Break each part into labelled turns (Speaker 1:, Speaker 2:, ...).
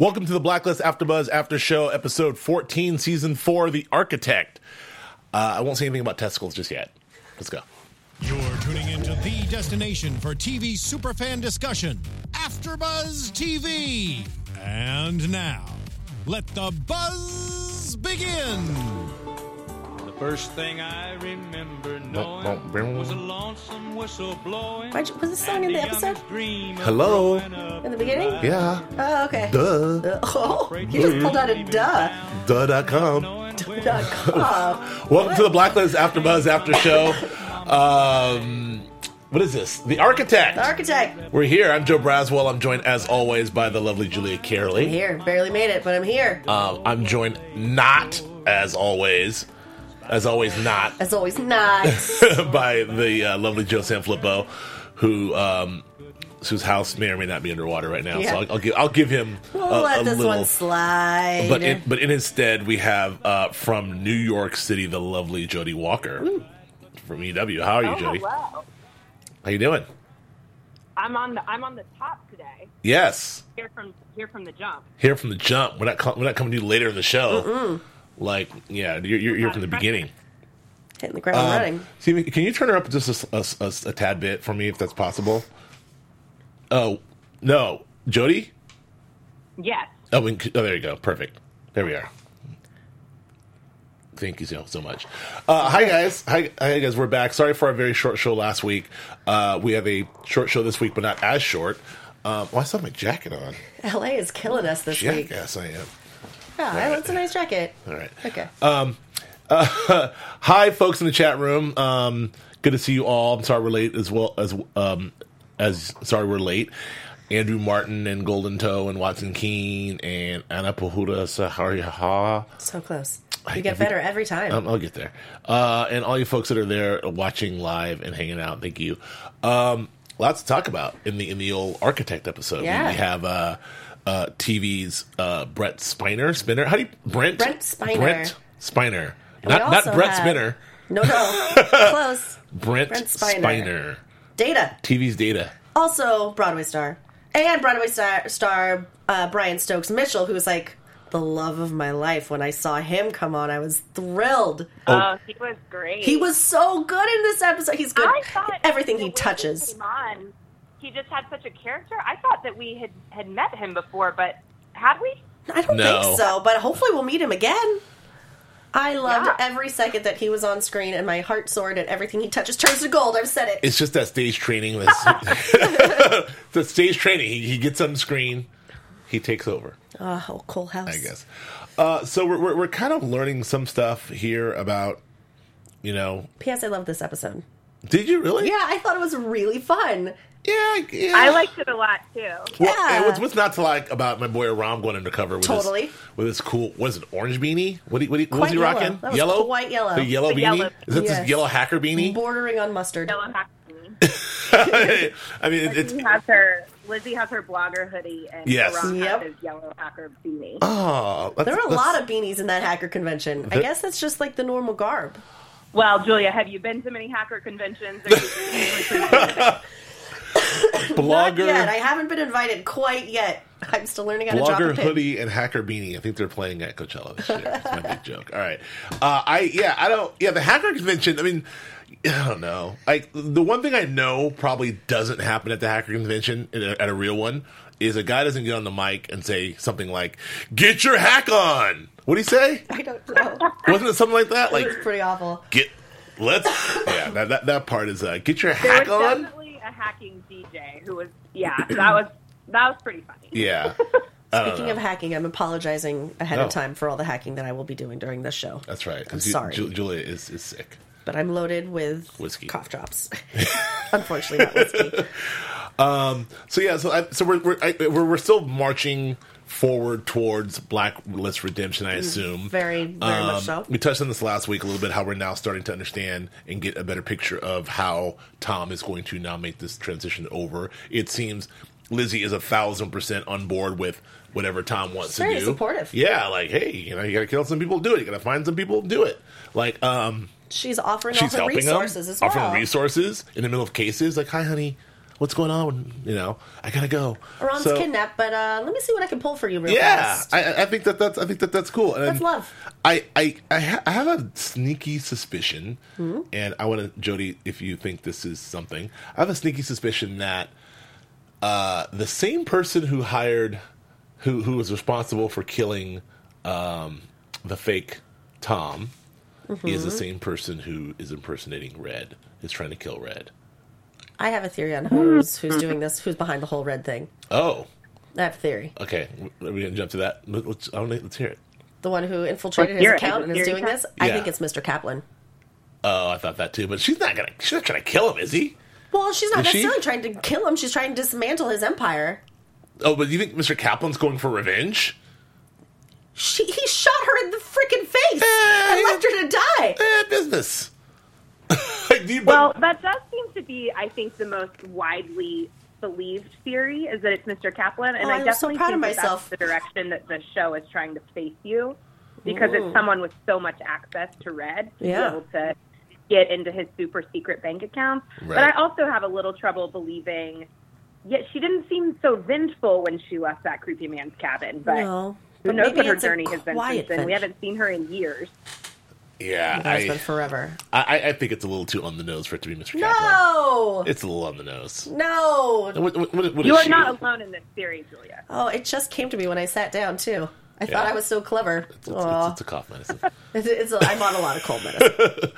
Speaker 1: Welcome to the Blacklist AfterBuzz After Show, episode 14, season 4, The Architect. Uh, I won't say anything about testicles just yet. Let's go.
Speaker 2: You're tuning into the destination for TV superfan discussion, AfterBuzz TV. And now, let the buzz begin.
Speaker 3: The first thing I remember knowing was a lonesome whistle blowing.
Speaker 4: Why'd you- was this song in the episode?
Speaker 1: Hello?
Speaker 4: In the beginning?
Speaker 1: Yeah.
Speaker 4: Oh, okay.
Speaker 1: Duh.
Speaker 4: Uh, oh, you just pulled out a duh.
Speaker 1: Duh.com.
Speaker 4: Duh, cough.
Speaker 1: Welcome to the Blacklist AfterBuzz After Show. Um, what is this? The Architect.
Speaker 4: The architect.
Speaker 1: We're here. I'm Joe Braswell. I'm joined, as always, by the lovely Julia Carey.
Speaker 4: Here, barely made it, but I'm here.
Speaker 1: Um, I'm joined, not as always, as always, not
Speaker 4: As always, not.
Speaker 1: uh, by the uh, lovely Joe Sanfilippo, who um, whose house may or may not be underwater right now.
Speaker 4: Yeah.
Speaker 1: So I'll, I'll give I'll give him
Speaker 4: We'll
Speaker 1: a,
Speaker 4: let
Speaker 1: a
Speaker 4: this
Speaker 1: little.
Speaker 4: one slide.
Speaker 1: but in, but in instead we have uh, from New York City the lovely Jody Walker from EW. How are you,
Speaker 5: Oh,
Speaker 1: Jody?
Speaker 5: hello.
Speaker 1: How you doing?
Speaker 5: I'm on the I'm on the top today.
Speaker 1: Yes,
Speaker 5: Here from here from the jump.
Speaker 1: here from the jump. We're not co- we're not coming to you later in the show. Like yeah, you're, you're, you're from the beginning.
Speaker 4: Hitting the ground
Speaker 1: uh,
Speaker 4: running.
Speaker 1: See, can you turn her up just a, s- a s- a tad bit for me if that's possible? Oh no, Jody.
Speaker 5: Yes.
Speaker 1: Oh, and, oh, there you go. Perfect. There we are. Thank you so, so much. Uh, hi guys. Hi, hi guys. We're back. Sorry for our very short show last week. Uh, we have a short show this week, but not as short. Um, well, I still have my jacket on.
Speaker 4: LA is killing us this week.
Speaker 1: Jackass, I am.
Speaker 4: Yeah, that's a nice jacket.
Speaker 1: All right.
Speaker 4: Okay.
Speaker 1: Uh, hi, folks in the chat room. Um, good to see you all. I'm sorry we're late as well as um, as sorry we're late. Andrew Martin and Golden Toe and Watson Keene and Anna Pahuda Sahariha.
Speaker 4: so close.
Speaker 1: I-
Speaker 4: You get
Speaker 1: every-
Speaker 4: better every time.
Speaker 1: Um, I'll get there. Uh, and all you folks that are there watching live and hanging out, thank you. Um, lots to talk about in the in the old architect episode. We-
Speaker 4: Yeah.
Speaker 1: We have uh, uh, TV's uh, Brett Spiner. Spinner. How do you Brent?
Speaker 4: Brett Spiner.
Speaker 1: Brett Spiner.
Speaker 4: We
Speaker 1: Not not
Speaker 4: also
Speaker 1: Brett
Speaker 4: have-
Speaker 1: Spinner.
Speaker 4: No, no. close.
Speaker 1: Brent,
Speaker 4: Brent
Speaker 1: Spiner.
Speaker 4: Spiner. Data.
Speaker 1: TV's data.
Speaker 4: Also, Broadway star. And Broadway star, star uh, Brian Stokes Mitchell, who's like the love of my life. When I saw him come on, I was thrilled.
Speaker 5: Oh, he was great.
Speaker 4: He was so good in this episode. He's good.
Speaker 5: I thought
Speaker 4: Everything
Speaker 5: when
Speaker 4: he
Speaker 5: He,
Speaker 4: touches.
Speaker 5: came on, he just had such a character. I thought that we had had met him before, but had we?
Speaker 4: I don't
Speaker 1: No.
Speaker 4: think so, but hopefully we'll meet him again. I loved
Speaker 5: Yeah.
Speaker 4: every second that he was on screen, and my heart soared at everything he touches turns to gold. I've said it.
Speaker 1: It's just that stage training. That's the stage training. He, he gets on screen. He takes over.
Speaker 4: oh, Cole House.
Speaker 1: I guess. Uh, so we're, we're we're kind of learning some stuff here about, you know,
Speaker 4: P.S. I love this episode.
Speaker 1: did you really?
Speaker 4: Yeah, I thought it was really fun.
Speaker 1: yeah, yeah.
Speaker 5: I liked it a lot too.
Speaker 1: Well,
Speaker 4: yeah.
Speaker 1: and what's, what's not to like about my boy Aram going undercover? With
Speaker 4: Totally.
Speaker 1: His, with his cool, what is it orange beanie? What, he- what, he- what was
Speaker 4: Quite
Speaker 1: he
Speaker 4: yellow.
Speaker 1: rocking?
Speaker 4: That was
Speaker 1: yellow,
Speaker 4: quite yellow.
Speaker 1: The yellow
Speaker 5: The
Speaker 1: beanie.
Speaker 5: yellow.
Speaker 1: Is that
Speaker 4: Yes.
Speaker 1: this yellow hacker beanie?
Speaker 4: Bordering on mustard.
Speaker 5: Yellow Hackney.
Speaker 1: I mean, it, it's
Speaker 5: Lizzie has her Lizzie has her blogger hoodie and
Speaker 1: Yes.
Speaker 5: Ron
Speaker 4: Yep. Uh.
Speaker 5: has his yellow hacker beanie.
Speaker 1: oh, that's,
Speaker 4: There were a
Speaker 1: that's-
Speaker 4: lot of beanies in that hacker convention. I
Speaker 1: That-
Speaker 4: guess that's just like the normal garb.
Speaker 5: Well, Julia, have you been to many hacker conventions? Are
Speaker 4: Not
Speaker 1: blogger.
Speaker 4: yet. I haven't been invited quite yet. I'm still learning how to drop
Speaker 1: Blogger
Speaker 4: a pin.
Speaker 1: hoodie and hacker beanie. I think they're playing at Coachella this year. That's my big joke. All right. Uh, I yeah. I don't yeah. The hacker convention. I mean, I don't know. Like the one thing I know probably doesn't happen at the hacker convention in a, at a real one is a guy doesn't get on the mic and say something like "Get your hack on." What do you say?
Speaker 4: I don't know.
Speaker 1: Wasn't it something like that? Like
Speaker 4: It's pretty awful.
Speaker 1: get let's yeah. That that, that part is uh, get your
Speaker 5: There
Speaker 1: hack
Speaker 5: was
Speaker 1: on.
Speaker 5: definitely a hacking DJ who was yeah, that was that was pretty funny.
Speaker 1: Yeah.
Speaker 4: Speaking of hacking, I'm apologizing ahead
Speaker 1: No.
Speaker 4: of time for all the hacking that I will be doing during this show.
Speaker 1: That's right.
Speaker 4: I'm
Speaker 1: 'cause you-
Speaker 4: sorry,
Speaker 1: Ju- Julia is, is sick.
Speaker 4: but I'm loaded with
Speaker 1: Whiskey.
Speaker 4: cough drops. Unfortunately, not whiskey.
Speaker 1: So yeah, so I, so we're we're, I, we're we're still marching forward towards Blacklist Redemption, I assume.
Speaker 4: Mm,
Speaker 1: Um,
Speaker 4: Very, very much so.
Speaker 1: We touched on this last week a little bit how we're now starting to understand and get a better picture of how Tom is going to now make this transition over. It seems Lizzie is a thousand percent on board with whatever Tom wants
Speaker 4: Very
Speaker 1: to do.
Speaker 4: supportive.
Speaker 1: Yeah, like hey, you know, you gotta kill some people, to do it. You gotta find some people, to do it. Like, um,
Speaker 4: She's offering
Speaker 1: she's
Speaker 4: all her
Speaker 1: helping
Speaker 4: resources
Speaker 1: them,
Speaker 4: as well.
Speaker 1: offering resources in the middle of cases. Like, hi, honey, what's going on? You know, I gotta go.
Speaker 4: Ron's
Speaker 1: So-
Speaker 4: kidnapped, but uh, let me see what I can pull for you real
Speaker 1: yeah,
Speaker 4: fast.
Speaker 1: I, I- I think that that's I think that that's cool. And
Speaker 4: That's love.
Speaker 1: I I I, ha- I have a sneaky suspicion,
Speaker 4: Hmm?
Speaker 1: and I want to Jody, if you think this is something, I have a sneaky suspicion that uh, the same person who hired, who who was responsible for killing um, the fake Tom, is
Speaker 4: Mm-hmm.
Speaker 1: the same person who is impersonating Red, is trying to kill Red.
Speaker 4: I have a theory on who's who's doing this, who's behind the whole red thing.
Speaker 1: Oh,
Speaker 4: I have a theory.
Speaker 1: okay. Are we gonna jump to that? Let- Let's, I wanna- let's hear it.
Speaker 4: The one who infiltrated
Speaker 6: Let's hear
Speaker 4: his
Speaker 6: it.
Speaker 4: account
Speaker 6: Is it
Speaker 4: and is
Speaker 6: theory
Speaker 4: doing
Speaker 6: time?
Speaker 4: this, I
Speaker 1: Yeah.
Speaker 4: think it's Mr. Kaplan.
Speaker 1: Oh, I thought that too, but she's not gonna. She's not trying to kill him, is he?
Speaker 4: Well, she's not
Speaker 1: Is she?
Speaker 4: necessarily trying to kill him. She's trying to dismantle his empire.
Speaker 1: Oh, but you think Mr. Kaplan's going for revenge?
Speaker 4: She, he shot her in the freaking face and
Speaker 1: Hey!
Speaker 4: left her to die.
Speaker 1: Eh, business. Like, do you- but-
Speaker 5: Well, that does seem to be, I think, the most widely believed theory is that it's Mr. Kaplan, and
Speaker 4: Oh,
Speaker 5: I
Speaker 4: I'm so
Speaker 5: definitely
Speaker 4: proud
Speaker 5: think
Speaker 4: of
Speaker 5: that that's
Speaker 4: myself.
Speaker 5: the direction that the show is trying to face you, because it's someone with so much access to Red to
Speaker 4: Yeah.
Speaker 5: be able to get into his super secret bank accounts. But I
Speaker 1: Right.
Speaker 5: also have a little trouble believing. Yet she didn't seem so vengeful when she left that creepy man's cabin. But
Speaker 4: No.
Speaker 5: who
Speaker 4: But
Speaker 5: knows
Speaker 4: maybe
Speaker 5: what her
Speaker 4: it's a
Speaker 5: journey has been
Speaker 4: quiet
Speaker 5: since then? We
Speaker 4: venge-
Speaker 5: haven't seen her in years.
Speaker 1: yeah,
Speaker 4: It's been
Speaker 1: I,
Speaker 4: forever.
Speaker 1: I, I think it's a little too on the nose for it to be Mr. Kaplan.
Speaker 4: No,
Speaker 1: It's a little on the nose.
Speaker 4: no.
Speaker 1: What, what, what, what
Speaker 5: You
Speaker 1: is
Speaker 5: are
Speaker 1: she?
Speaker 5: not alone in this theory, Julia.
Speaker 4: Oh, it just came to me when I sat down too. I thought
Speaker 1: Yeah.
Speaker 4: I was so clever.
Speaker 1: It's, it's,
Speaker 4: Aw.
Speaker 1: it's a cough medicine.
Speaker 4: It's, it's a, I'm on a lot of cold medicine.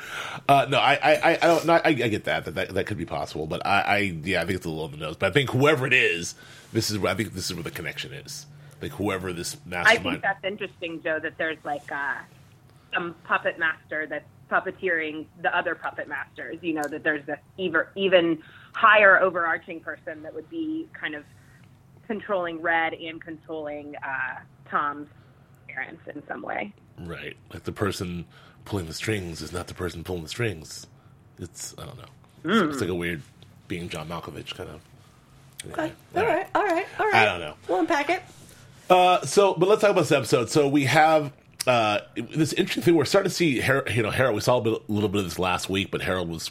Speaker 1: Uh, no, I, I, I I don't. No, I, I get that, that that that could be possible, but I, I, yeah, I think it's a little on the nose. But I think whoever it is, this is where I think this is where the connection is. Like whoever this
Speaker 5: I
Speaker 1: mastermind.
Speaker 5: think that's interesting, Joe, that there's like uh, some puppet master that's puppeteering the other puppet masters. You know, that there's this even, even higher overarching person that would be kind of controlling Red and controlling uh, Tom's parents in some way.
Speaker 1: Right. Like the person pulling the strings is not the person pulling the strings. It's I don't know. It's,
Speaker 4: Hmm.
Speaker 1: it's like a weird being John Malkovich kind of.
Speaker 4: Okay. All right, all right, all right.
Speaker 1: I don't know.
Speaker 4: We'll unpack it.
Speaker 1: Uh, so, but let's talk about this episode. So we have uh, this interesting thing. We're starting to see, Har- you know, Harold. We saw a, bit, a little bit of this last week, but Harold was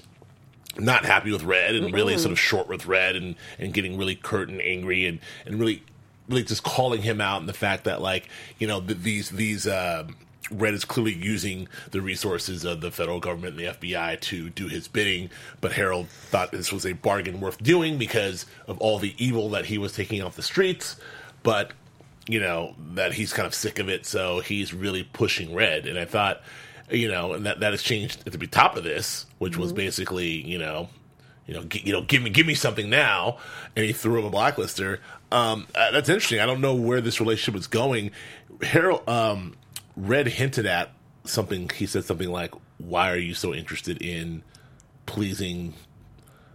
Speaker 1: not happy with Red and really sort of short with Red and and getting really curt and angry and and really really just calling him out and the fact that like you know th- these these. um Red is clearly using the resources of the federal government and the FBI to do his bidding, but Harold thought this was a bargain worth doing because of all the evil that he was taking off the streets. But you know that he's kind of sick of it, so he's really pushing red. And I thought, you know, and that that has changed at the top of this, which was basically, you know, you know, g- you know, give me give me something now. And he threw him a blacklister. Um, uh, that's interesting. I don't know where this relationship was going. Harold um, Red hinted at something. He said something like, "Why are you so interested in pleasing?"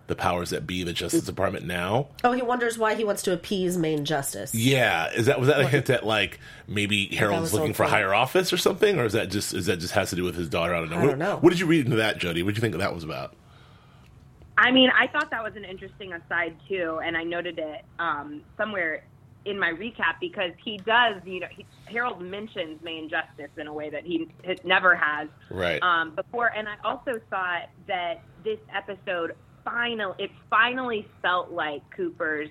Speaker 1: The powers that be, the Justice Department now.
Speaker 4: Oh, he wonders why he wants to appease main justice.
Speaker 1: Yeah, is that was that a hint at like maybe
Speaker 4: was
Speaker 1: Harold's
Speaker 4: so
Speaker 1: looking for
Speaker 4: funny.
Speaker 1: higher office or something, or is that just is that just has to do with his daughter? I don't know.
Speaker 4: I
Speaker 1: what,
Speaker 4: don't know.
Speaker 1: What did you read into that, Jody? What did you think that was about?
Speaker 5: I mean, I thought that was an interesting aside too, and I noted it um, somewhere in my recap because he does, you know, he, Harold mentions May injustice in a way that he it never has
Speaker 1: Right.
Speaker 5: um, before, and I also thought that this episode final it finally felt like Cooper's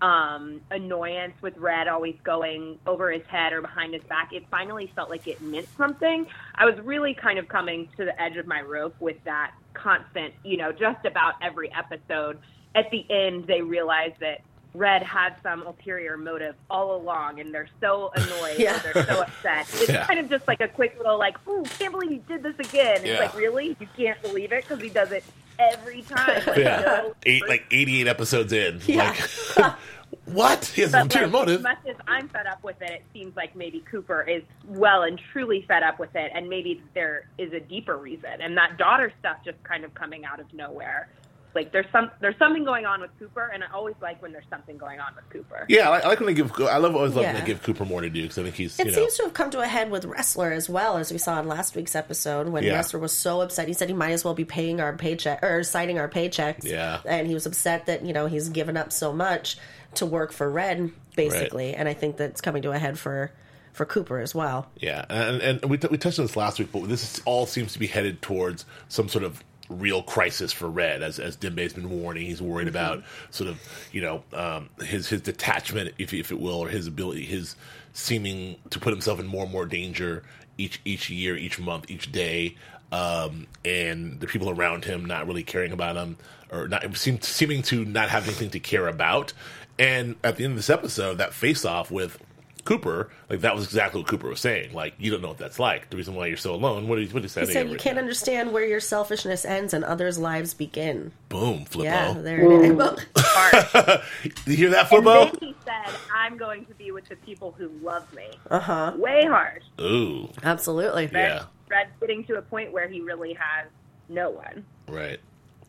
Speaker 5: um, annoyance with Red always going over his head or behind his back. It finally felt like it meant something. I was really kind of coming to the edge of my rope with that constant, you know, just about every episode. At the end, they realize that Red had some ulterior motive all along, and they're so annoyed
Speaker 4: Yeah.
Speaker 5: or they're so upset. It's
Speaker 1: Yeah.
Speaker 5: kind of just like a quick little, like, ooh, can't believe he did this again. It's
Speaker 1: Yeah.
Speaker 5: like, really? You can't believe it? Because he does it every time. Like,
Speaker 1: yeah,
Speaker 5: no
Speaker 1: eight like eighty eight episodes in.
Speaker 4: Yeah.
Speaker 1: Like, what? He has an
Speaker 5: but
Speaker 1: ulterior
Speaker 5: like,
Speaker 1: motive.
Speaker 5: As much as I'm fed up with it, it seems like maybe Cooper is well and truly fed up with it, and maybe there is a deeper reason. And that daughter stuff just kind of coming out of nowhere Like there's some there's something going on with Cooper, and I always like when there's something going on with Cooper.
Speaker 1: Yeah, I like, I like when they give. I love always love when
Speaker 4: Yeah.
Speaker 1: they give Cooper more to do because I think he's.
Speaker 4: It
Speaker 1: you know,
Speaker 4: seems to have come to a head with Wrestler as well, as we saw in last week's episode when
Speaker 1: Yeah.
Speaker 4: Wrestler was so upset. He said he might as well be paying our paycheck or signing our paychecks.
Speaker 1: Yeah.
Speaker 4: And he was upset that, you know, he's given up so much to work for Red, basically. And I think that's coming to a head for for Cooper as well.
Speaker 1: Yeah, and and we, t- we touched on this last week, but this is, all seems to be headed towards some sort of real crisis for Red, as as Dimbe's been warning. He's worried about sort of you know um, his his detachment, if if it will, or his ability, his seeming to put himself in more and more danger each each year, each month, each day, um, and the people around him not really caring about him or not seem, seeming to not have anything to care about. And at the end of this episode, that face off with Cooper, like that was exactly what Cooper was saying. Like you don't know what that's like. The reason why you're so alone. What is what is that?
Speaker 4: He said you can't understand where your selfishness ends and others' lives begin.
Speaker 1: Boom, Flippo.
Speaker 4: Yeah, there it is.
Speaker 5: Part.
Speaker 1: you hear that,
Speaker 5: and then
Speaker 1: Flippo?
Speaker 5: he said, "I'm going to be with the people who love me." Uh huh. Way hard.
Speaker 1: Ooh,
Speaker 4: Absolutely.
Speaker 1: yeah,
Speaker 5: Fred's getting to a point where he really has no one,
Speaker 1: right.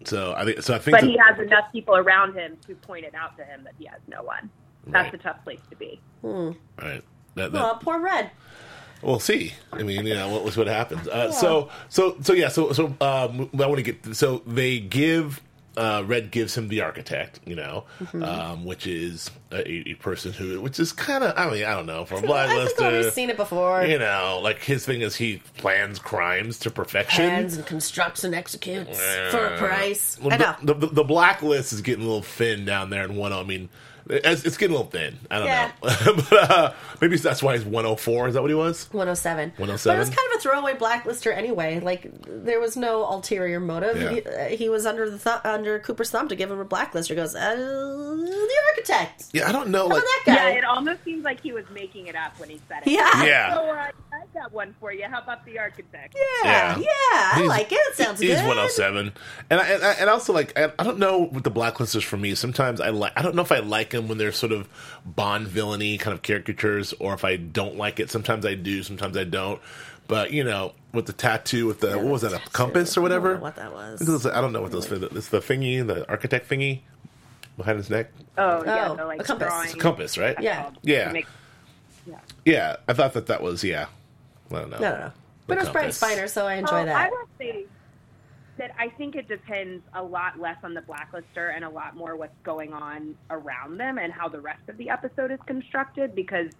Speaker 1: So I think so. I think.
Speaker 5: but
Speaker 1: that-
Speaker 5: he has enough people around him to point it out to him that he has no one. That's
Speaker 1: Right.
Speaker 5: a tough place to be.
Speaker 1: all right. That, that,
Speaker 4: Aw, poor Red.
Speaker 1: We'll see. I mean, you know, what what happens. Uh, So, so, so yeah. So, so um, I want to get. So they give uh, Red gives him the architect, you know,
Speaker 4: Mm-hmm.
Speaker 1: um, which is a, a person who, which is kind of. I mean, I don't know. From
Speaker 4: I think
Speaker 1: Bloodluster,
Speaker 4: we've seen it before.
Speaker 1: you know, like his thing is he plans crimes to perfection. Uh,
Speaker 4: Plans and constructs and executes for a price.
Speaker 1: Well,
Speaker 4: I know.
Speaker 1: the, the, the blacklist is getting a little thin down there in one. I mean, it's, it's getting a little thin. I don't
Speaker 4: Yeah.
Speaker 1: know, but uh, maybe that's why he's one hundred four. Is that what he was?
Speaker 4: 107.
Speaker 1: 107?
Speaker 4: But it was kind of a throwaway blacklister anyway. Like there was no ulterior motive.
Speaker 1: Yeah.
Speaker 4: He, uh, he was under the th- under Cooper's thumb to give him a blacklister. He goes, uh, the architect.
Speaker 1: Yeah, I don't know.
Speaker 4: How
Speaker 1: Like,
Speaker 4: about that
Speaker 5: Yeah,
Speaker 4: guy?
Speaker 5: it almost seems like he was making it up when he said it.
Speaker 4: Yeah.
Speaker 1: Yeah.
Speaker 5: So, uh, I got one for you. How about the architect?
Speaker 4: Yeah,
Speaker 1: Yeah.
Speaker 4: yeah, I
Speaker 1: He's-
Speaker 4: like it. It sounds
Speaker 1: he's
Speaker 4: good.
Speaker 1: 107, and I, and I and also like I, I don't know what the blacklisters for me. Sometimes I like I don't know if I like them when they're sort of Bond villainy kind of caricatures, or if I don't like it. Sometimes I do, sometimes I don't. But you know, with the tattoo, with the what was that, a compass or
Speaker 4: I
Speaker 1: whatever?
Speaker 4: don't know what that was.
Speaker 1: This is- I don't know what those. It's the thingy, the architect thingy behind his neck.
Speaker 5: Oh, yeah.
Speaker 4: Oh,
Speaker 5: the, like
Speaker 4: a compass.
Speaker 5: drawing.
Speaker 4: It's a
Speaker 1: Compass, right?
Speaker 4: Yeah.
Speaker 1: Yeah.
Speaker 5: Make-
Speaker 1: yeah. I thought that that was yeah. I don't know.
Speaker 4: No, no, no. But it was Brian
Speaker 1: compass.
Speaker 4: Spiner, so I enjoy
Speaker 5: Well, Oh, Um, I
Speaker 4: that.
Speaker 5: would say that I think it depends a lot less on the blacklister and a lot more what's going on around them and how the rest of the episode is constructed because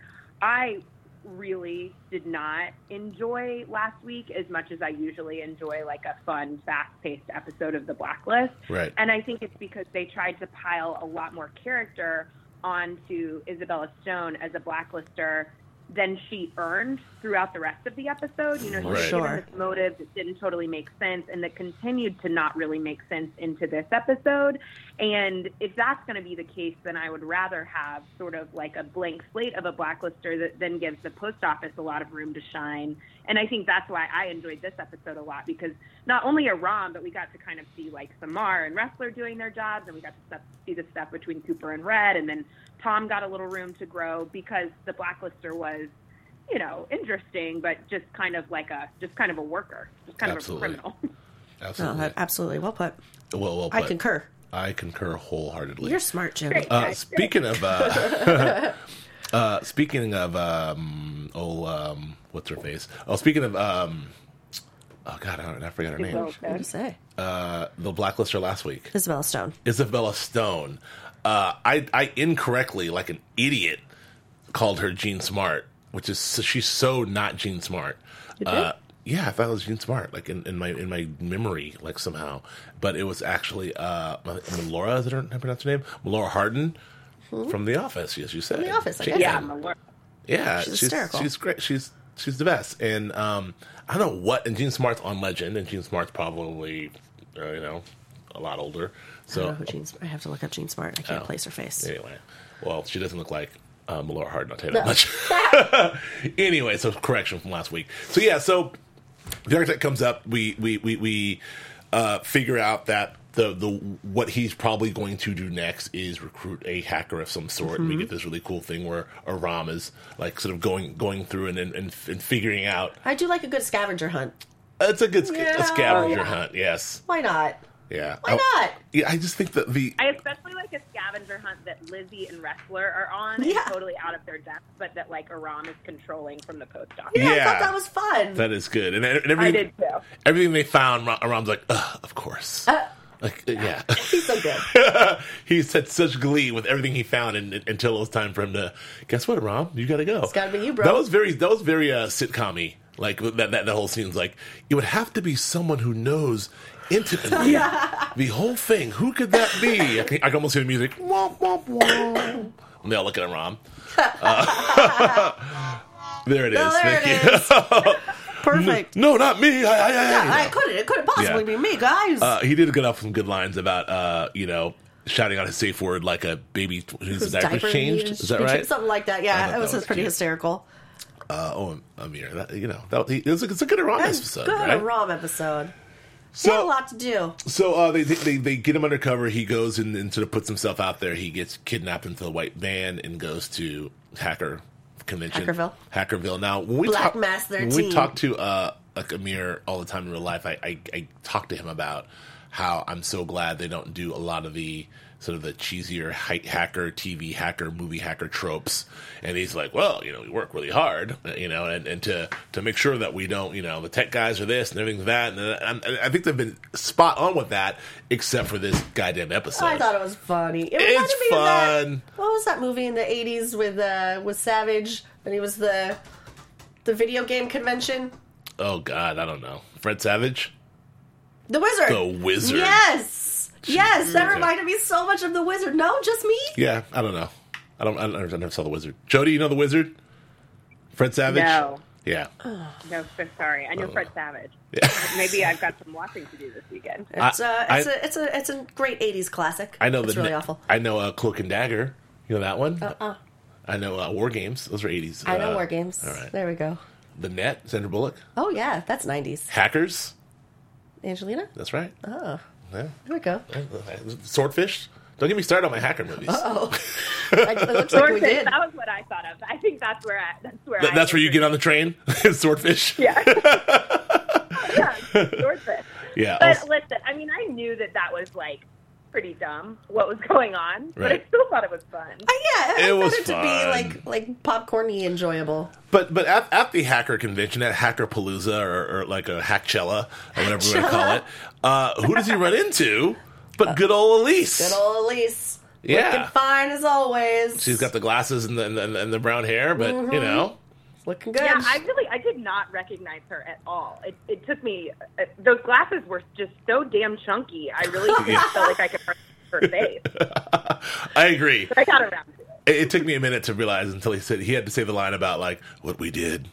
Speaker 5: I really did not enjoy last week as much as I usually enjoy like a fun, fast-paced episode of the blacklist.
Speaker 1: Right.
Speaker 5: And I think it's because they tried to pile a lot more character onto Isabella Stone as a blacklister than she earned throughout the rest of the episode. You know, she was
Speaker 1: Right.
Speaker 5: given
Speaker 4: Sure.
Speaker 5: this motive that didn't totally make sense and that continued to not really make sense into this episode. And if that's going to be the case, then I would rather have sort of like a blank slate of a blacklister that then gives the post office a lot of room to shine. And I think that's why I enjoyed this episode a lot because not only Iran, but we got to kind of see like Samar and Wrestler doing their jobs, and we got to stuff, see the stuff between Cooper and Red, and then Tom got a little room to grow because the blacklister was you know, interesting, but just kind of like a just kind of a worker, just kind
Speaker 1: Absolutely.
Speaker 5: of a criminal.
Speaker 4: No,
Speaker 1: Absolutely.
Speaker 4: Oh, that- absolutely. Well put.
Speaker 1: well, well,
Speaker 4: I
Speaker 1: but
Speaker 4: concur.
Speaker 1: I concur wholeheartedly.
Speaker 4: You're smart, Jim.
Speaker 1: Uh, speaking of, uh, uh, speaking of, um, oh, um, what's her face? Oh, speaking of, um, oh God, I, don't, I forgot her name.
Speaker 4: What do you say?
Speaker 1: Uh, the blacklister last week,
Speaker 4: Isabella Stone.
Speaker 1: Isabella Stone. Uh, I, I incorrectly, like an idiot, called her Jean Smart, which is so- she's so not Jean Smart. Uh, yeah, I thought it was Jean Smart, like in, in my in my memory, like somehow. But it was actually uh, Melora. Is that her, how I pronounce her name? Melora Hardin from The Office. Yes, you said
Speaker 4: Hmm? The Office, I
Speaker 1: She-
Speaker 4: guess.
Speaker 5: yeah, I'm a wor-
Speaker 1: yeah,
Speaker 4: She's
Speaker 1: she's
Speaker 4: hysterical.
Speaker 1: She's great. She's she's the best. And um, I don't know what. And Gene Smart's on Legend, and Gene Smart's probably uh, you know a lot older.
Speaker 4: I, don't
Speaker 1: So
Speaker 4: know who Jean, I have to look up Jean Smart. I can't
Speaker 1: Oh.
Speaker 4: place her face.
Speaker 1: anyway, well, she doesn't look like um, Laura Hardin. I'll tell you that much. anyway, so correction from last week. So yeah, so the architect comes up. We we we we uh, figure out that. The, the what he's probably going to do next is recruit a hacker of some sort, and we get this really cool thing where Aram is like sort of going going through and and, and, and figuring out.
Speaker 4: I do like a good scavenger hunt.
Speaker 1: It's a good sca- a
Speaker 4: Yeah.
Speaker 1: scavenger hunt, yes,
Speaker 4: Why not?
Speaker 1: Yeah.
Speaker 4: Why
Speaker 1: I,
Speaker 4: not?
Speaker 1: Yeah, I just think that the
Speaker 5: I especially like a scavenger hunt that Lizzie and Wrestler are on,
Speaker 4: Yeah.
Speaker 5: and totally out of their depth, but that like Aram is controlling from the post office.
Speaker 4: Yeah,
Speaker 1: Yeah.
Speaker 4: I thought that was fun.
Speaker 1: that is good, and, and
Speaker 5: I
Speaker 1: everything
Speaker 5: did too.
Speaker 1: everything they found, Ra- Ram's like, Ugh, of course,
Speaker 4: Uh.
Speaker 1: like uh, yeah.
Speaker 4: He's so good.
Speaker 1: he had such glee with everything he found, and, and- until it was time for him to guess what, Ram, you got to go. It's
Speaker 4: gotta be you, bro.
Speaker 1: That was very that was very uh, sitcom-y. Like that, that that whole scene's like it would have to be someone who knows intimately the whole thing. Who could that be? I can, I can almost hear the music. Womp, womp, womp. And they all look at Ram. Uh, there it is.
Speaker 4: Oh, there
Speaker 1: Thank
Speaker 4: it
Speaker 1: you.
Speaker 4: is. Perfect.
Speaker 1: No, not me. I, I, I,
Speaker 4: I couldn't. It couldn't possibly
Speaker 1: Yeah.
Speaker 4: be me, guys.
Speaker 1: uh, he did get off some good lines about uh, you know shouting out his safe word like a baby t- whose
Speaker 4: Whose
Speaker 1: diaper's
Speaker 4: diaper
Speaker 1: changed.
Speaker 4: needs
Speaker 1: Is that
Speaker 4: to be
Speaker 1: right?
Speaker 4: changed, Something like that.
Speaker 1: I
Speaker 4: Yeah,
Speaker 1: thought
Speaker 4: that was,
Speaker 1: that was
Speaker 4: pretty
Speaker 1: cute.
Speaker 4: hysterical.
Speaker 1: Uh, oh, Amir, that, you know that he, it was a, it's a good Iran episode,
Speaker 4: Good
Speaker 1: right?
Speaker 4: Rom episode.
Speaker 1: So,
Speaker 4: Not a lot to do.
Speaker 1: So uh, they, they they get him undercover. He goes and, and sort of puts himself out there. He gets kidnapped into the white van and goes to hacker convention.
Speaker 4: Hackerville.
Speaker 1: Hackerville. Now when we
Speaker 4: Black
Speaker 1: talk,
Speaker 4: Mass
Speaker 1: when we
Speaker 4: 13.
Speaker 1: talk to uh, like Amir all the time in real life. I, I I talk to him about how I'm so glad they don't do a lot of the sort of the cheesier hi- hacker TV hacker movie hacker tropes. And he's like, well, you know, we work really hard, uh, you know, and, and to to make sure that we don't, you know, the tech guys are this and everything's that. And, and, and I think they've been spot on with that, except for this goddamn episode.
Speaker 4: Oh, I thought it was funny. It reminded
Speaker 1: It's
Speaker 4: me
Speaker 1: fun.
Speaker 4: Of that, what was that movie in the '80s with uh, with Savage? And he was the the video game convention.
Speaker 1: oh God, I don't know, Fred Savage,
Speaker 4: The Wizard.
Speaker 1: the Wizard.
Speaker 4: Yes. Yes, that
Speaker 1: Okay.
Speaker 4: reminded me so much of the Wizard. No, just me.
Speaker 1: Yeah, I don't know. I don't. I, don't, I never saw the Wizard. Jody, you know the Wizard? Fred Savage.
Speaker 5: No.
Speaker 1: Yeah.
Speaker 5: No, so sorry. I knew
Speaker 1: Oh.
Speaker 5: Fred Savage. Maybe I've got some watching to do this weekend.
Speaker 4: It's, uh,
Speaker 1: I-
Speaker 4: it's, a, it's a it's a great '80s classic.
Speaker 1: I know
Speaker 4: it's
Speaker 1: the
Speaker 4: really
Speaker 1: na-
Speaker 4: awful.
Speaker 1: I know uh, Cloak and Dagger. You know that one? Uh-uh. I know uh, War Games. Those were eighties.
Speaker 4: I know
Speaker 1: uh,
Speaker 4: war games.
Speaker 1: All right.
Speaker 4: There we go.
Speaker 1: The Net. Sandra Bullock.
Speaker 4: Oh yeah, that's '90s.
Speaker 1: Hackers.
Speaker 4: Angelina.
Speaker 1: That's right. Yeah.
Speaker 4: Oh, there we go.
Speaker 1: Swordfish. Don't get me started on my hacker movies.
Speaker 4: Oh, Like, it looks like we
Speaker 5: Swordfish,
Speaker 4: did.
Speaker 5: that was what I thought of. I think that's where I, that's where
Speaker 1: Th-
Speaker 5: I
Speaker 1: that's where you get on the train. Swordfish.
Speaker 5: Yeah. yeah, Swordfish.
Speaker 1: Yeah,
Speaker 5: But
Speaker 1: also-
Speaker 5: listen, I mean, I knew that that was like pretty dumb what was going on, but
Speaker 1: Right.
Speaker 5: I still thought it was fun.
Speaker 4: Yeah, I
Speaker 1: It
Speaker 4: found
Speaker 1: was
Speaker 4: it to
Speaker 1: fun.
Speaker 4: be like like popcorny enjoyable.
Speaker 1: But but at, at the hacker convention, at Hacker Palooza or, or like a Hackchella or whatever we want to call it, uh, who does he run into? But good old Elise.
Speaker 4: Uh, Good old Elise.
Speaker 1: Yeah.
Speaker 4: Looking fine as always.
Speaker 1: She's got the glasses and the, and the, and the brown hair, but you
Speaker 4: Mm-hmm.
Speaker 1: know,
Speaker 4: looking good.
Speaker 5: Yeah, I really, I did not recognize her at all. It, it took me, uh, those glasses were just so damn chunky. I really didn't feel like I could recognize her face.
Speaker 1: I agree.
Speaker 5: But I got around to it.
Speaker 1: It, it took me a minute to realize until he said he had to say the line about like what we did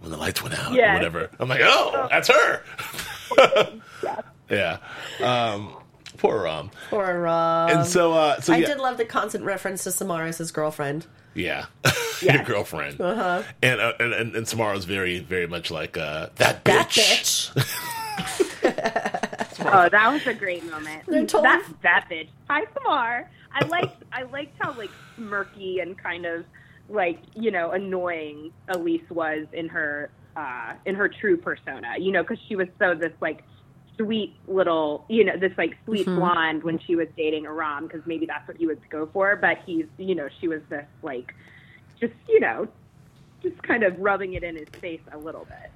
Speaker 1: when the lights went out or
Speaker 5: Yes.
Speaker 1: whatever. I'm like,
Speaker 4: Uh,
Speaker 1: oh, that's her. yeah. Um, poor Rom.
Speaker 4: Poor Rob.
Speaker 1: And so, uh, so
Speaker 4: Um, I
Speaker 1: yeah,
Speaker 4: did love the constant reference to Samara's his girlfriend.
Speaker 1: yeah, your girlfriend, uh-huh. and, uh, and and and Samara's very very much like uh, that bitch.
Speaker 4: That bitch.
Speaker 5: Oh, that was a great moment.
Speaker 4: told-
Speaker 5: That that bitch. Hi, Samar. I liked I liked how like smirky and kind of like you know annoying Elise was in her uh, in her true persona. You know, because she was so this like sweet little you know this like sweet
Speaker 4: Mm-hmm.
Speaker 5: blonde when she was dating Aram because maybe that's what he was to go for. But he's you know she was this like just you know just kind of rubbing it in his face a little bit.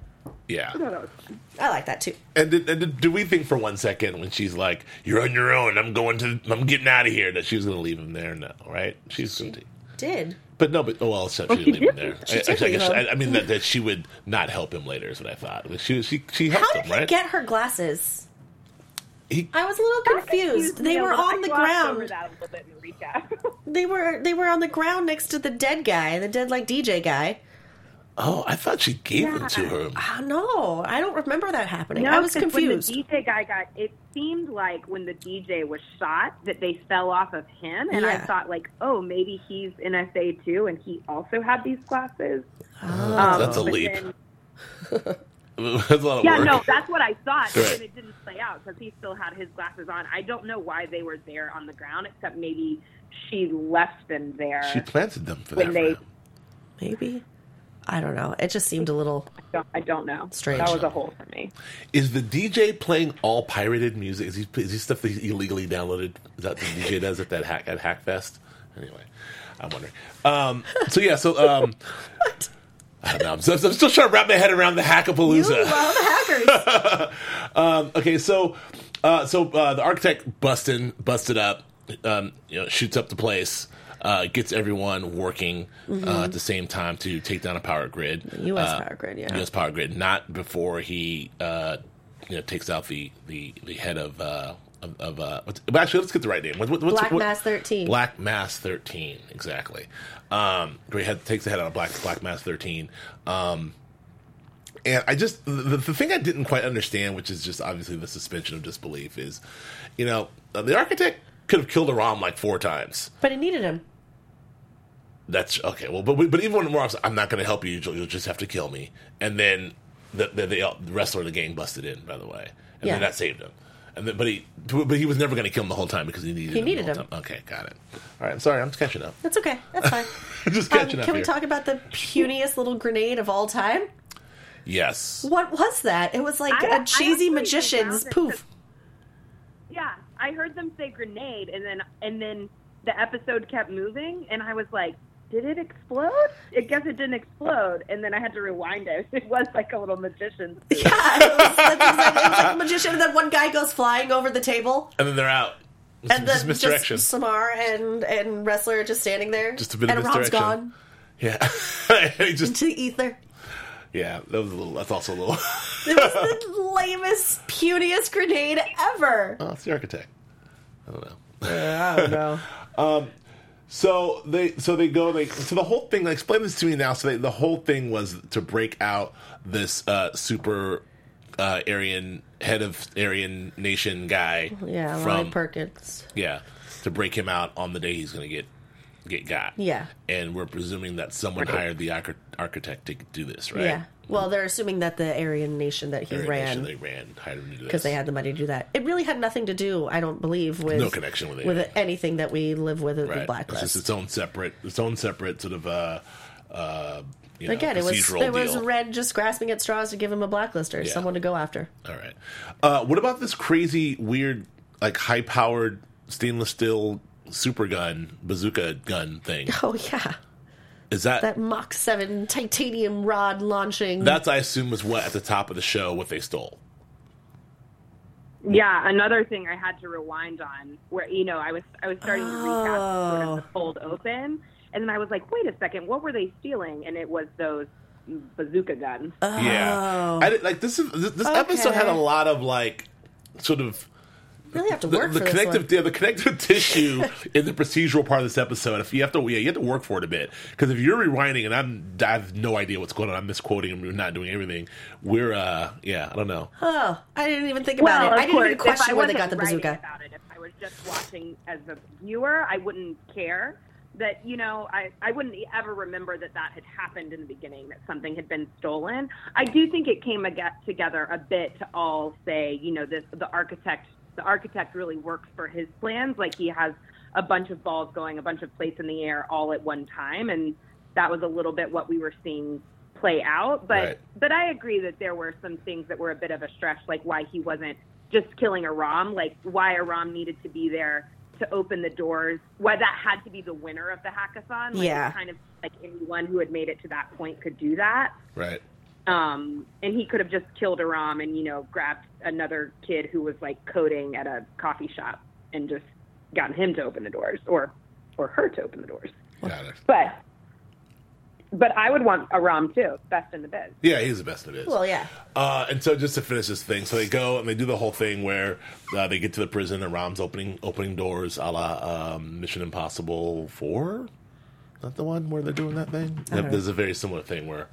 Speaker 1: Yeah.
Speaker 5: So that was fun.
Speaker 4: I like that too.
Speaker 1: And, did, and did, do we think for one second when she's like, "You're on your own. I'm going to. I'm getting out of here." That she was going to leave him there? No, right? She's going to.
Speaker 4: Did.
Speaker 1: But no, but oh well, except she didn't leave him there.
Speaker 4: She
Speaker 1: I,
Speaker 4: did
Speaker 1: actually, I,
Speaker 4: leave
Speaker 1: guess,
Speaker 4: him.
Speaker 1: I, I mean that, that she would not help him later is what I thought. Like, She she she
Speaker 4: How
Speaker 1: helped
Speaker 4: did
Speaker 1: him,
Speaker 4: he
Speaker 1: right?
Speaker 4: get her glasses?
Speaker 1: He-
Speaker 4: I was a little confused. They
Speaker 5: Yeah,
Speaker 4: were
Speaker 5: well, I
Speaker 4: on the
Speaker 5: glossed Over
Speaker 4: ground.
Speaker 5: that a little bit in the recap.
Speaker 4: They were they were on the ground next to the dead guy, the dead like DJ guy.
Speaker 1: oh, I thought she gave him to him.
Speaker 4: Oh no, I don't remember that happening.
Speaker 5: No,
Speaker 4: I was
Speaker 5: 'cause
Speaker 4: confused.
Speaker 5: When the DJ guy got, it seemed like when the DJ was shot that they fell off of him, and I
Speaker 4: Yeah.
Speaker 5: thought like, oh, maybe he's NSA too, and he also had these glasses.
Speaker 4: Oh.
Speaker 5: Um,
Speaker 1: That's a
Speaker 5: Oh, but
Speaker 1: leap.
Speaker 5: then-
Speaker 1: That's a lot of
Speaker 5: yeah,
Speaker 1: work.
Speaker 5: no, that's what I thought,
Speaker 1: Right.
Speaker 5: and it didn't play out because he still had his glasses on. I don't know why they were there on the ground, except maybe she left them there.
Speaker 1: she planted them for
Speaker 5: When
Speaker 1: that.
Speaker 5: they-
Speaker 1: round.
Speaker 4: Maybe. I don't know. It just seemed a little.
Speaker 5: Don't- I don't know.
Speaker 4: Strange.
Speaker 5: That was a hole for me.
Speaker 1: Is the DJ playing all pirated music? Is he is he stuff that he illegally downloaded? Is that the DJ does at that hack at Hackfest? Anyway, I'm wondering. Um, so yeah, so um, I don't know. I'm, I'm still trying to wrap my head around the
Speaker 4: You
Speaker 1: Hackapalooza.
Speaker 4: love hackers.
Speaker 1: Okay, so uh, so uh, the architect busting busted up, um, you know, shoots up the place, uh, gets everyone working uh, at the same time to take down a power grid.
Speaker 4: US
Speaker 1: Uh,
Speaker 4: Mm-hmm. power grid, yeah.
Speaker 1: U.S. power grid. Not before he uh, you know takes out the the, the head of. Uh, of, of uh, what's, well, actually, let's get the right name. What, what, what's,
Speaker 4: Black
Speaker 1: what-
Speaker 4: Mass 13.
Speaker 1: Black Mass thirteen, exactly. Um, where he had, takes the head out of Black Black Mass thirteen. Um, and I just the, the thing I didn't quite understand, which is just obviously the suspension of disbelief, is you know uh, the architect could have killed Aram like four times.
Speaker 4: but it needed him.
Speaker 1: That's okay. Well, but but even when Aram's I'm not going to help you. You'll, you'll just have to kill me. And then the the, the, the wrestler of the gang busted in, by the way, and
Speaker 4: Yeah.
Speaker 1: then that saved him. And then, but he but he was never going to kill him the whole time because he needed
Speaker 4: He
Speaker 1: him
Speaker 4: needed
Speaker 1: the whole
Speaker 4: him.
Speaker 1: Time. Okay, got it. All right, I'm sorry. I'm just catching up.
Speaker 4: That's okay. That's fine.
Speaker 1: Just
Speaker 4: Um,
Speaker 1: catching
Speaker 4: can
Speaker 1: up
Speaker 4: we
Speaker 1: here.
Speaker 4: talk about the puniest little grenade of all time?
Speaker 1: Yes.
Speaker 4: What was that? It was like
Speaker 5: I-
Speaker 4: a
Speaker 5: I
Speaker 4: cheesy
Speaker 5: actually
Speaker 4: magician's
Speaker 5: found it
Speaker 4: poof.
Speaker 5: Yeah, I heard them say grenade, and then and then the episode kept moving, and I was like, did it explode? I guess it didn't explode, and then I had to rewind it. It was like a little magician's.
Speaker 4: Yeah, it was, that's exactly, it was like a magician, and then one guy goes flying over the table,
Speaker 1: And then they're out. It's
Speaker 4: and
Speaker 1: just
Speaker 4: then
Speaker 1: misdirection.
Speaker 4: just Samar and and wrestler are just standing there.
Speaker 1: Just a bit of
Speaker 4: and Ron's
Speaker 1: misdirection.
Speaker 4: gone
Speaker 1: yeah. He just
Speaker 4: into the ether.
Speaker 1: yeah. That was a little. That's also a little.
Speaker 4: It was the lamest, puniest grenade ever.
Speaker 1: oh, it's the architect. I don't know.
Speaker 4: Uh,
Speaker 1: Um,
Speaker 4: I don't know.
Speaker 1: So they so they go they so the whole thing. Like, explain this to me now. So they, the whole thing was to break out this uh, super uh, Aryan head of Aryan nation guy.
Speaker 4: Yeah, Ron
Speaker 1: from
Speaker 4: Perkins.
Speaker 1: yeah to break him out on the day he's going to get get got.
Speaker 4: Yeah.
Speaker 1: And we're presuming that someone hired the arch- architect to do this, right?
Speaker 4: Yeah. Well, they're assuming that the Aryan nation that he
Speaker 1: Aryan Nation, They
Speaker 4: ran
Speaker 1: ran hired him to do this
Speaker 4: because they had the money to do that. It really had nothing to do, I don't believe, with
Speaker 1: No connection with it.
Speaker 4: anything that we live with at the
Speaker 1: right.
Speaker 4: blacklist.
Speaker 1: It's just its own separate, its own separate sort of uh, uh, you know,
Speaker 4: Again, it was
Speaker 1: procedural
Speaker 4: it was
Speaker 1: deal.
Speaker 4: Red just grasping at straws to give him a blacklist or
Speaker 1: Yeah.
Speaker 4: someone to go after.
Speaker 1: All right. Uh, what about this crazy, weird, like high-powered stainless steel super gun, bazooka gun thing?
Speaker 4: Oh yeah,
Speaker 1: Is that,
Speaker 4: that Mach Seven titanium rod launching.
Speaker 1: that's I assume was what at the top of the show what they stole.
Speaker 5: Yeah, another thing I had to rewind on where you know I was I was starting to recap sort of the cold open, and then I was like, wait a second, what were they stealing? And it was those bazooka guns.
Speaker 1: Yeah. I did, like this is this, this episode
Speaker 4: Oh. Okay.
Speaker 1: had a lot of like sort of
Speaker 4: really have to
Speaker 1: the,
Speaker 4: work
Speaker 1: the
Speaker 4: for
Speaker 1: connective
Speaker 4: this
Speaker 1: yeah, the connective tissue in the procedural part of this episode. If you have to, yeah, you have to work for it a bit because if you're rewinding and I'm, I have no idea what's going on. I'm misquoting and we're not doing everything. We're, uh, yeah, I don't know.
Speaker 4: one. Oh, I didn't even think about it.
Speaker 5: of
Speaker 4: I didn't even
Speaker 5: course, if
Speaker 4: question
Speaker 5: I
Speaker 4: where they got
Speaker 5: wasn't
Speaker 4: the
Speaker 5: writing
Speaker 4: bazooka.
Speaker 5: About it, if I was just watching as a viewer, I wouldn't care. That you know, I I wouldn't e-, ever remember that that had happened in the beginning. That something had been stolen. I do think it came aga together a bit to all say, you know, this the architect. The architect really works for his plans. Like he has a bunch of balls going a bunch of plates in the air all at one time, and that was a little bit what we were seeing play out. But
Speaker 1: Right.
Speaker 5: but I agree that there were some things that were a bit of a stretch, like why he wasn't just killing Aram, like why Aram needed to be there to open the doors, why that had to be the winner of the hackathon. Like,
Speaker 4: Yeah.
Speaker 5: it's kind of like anyone who had made it to that point could do that.
Speaker 1: Right.
Speaker 5: Um, and he could have just killed Aram and you know grabbed another kid who was like coding at a coffee shop and just gotten him to open the doors or or her to open the doors.
Speaker 1: Got it.
Speaker 5: But but I would want Aram too, best in the biz.
Speaker 1: Yeah, he's the best in it.
Speaker 4: Well, yeah.
Speaker 1: Uh, and so just to finish this thing, so they go and they do the whole thing where uh, they get to the prison and Rom's opening opening doors, a la um, Mission Impossible Four. Not the one where they're doing that thing.
Speaker 4: don't know.
Speaker 1: There's a very similar thing where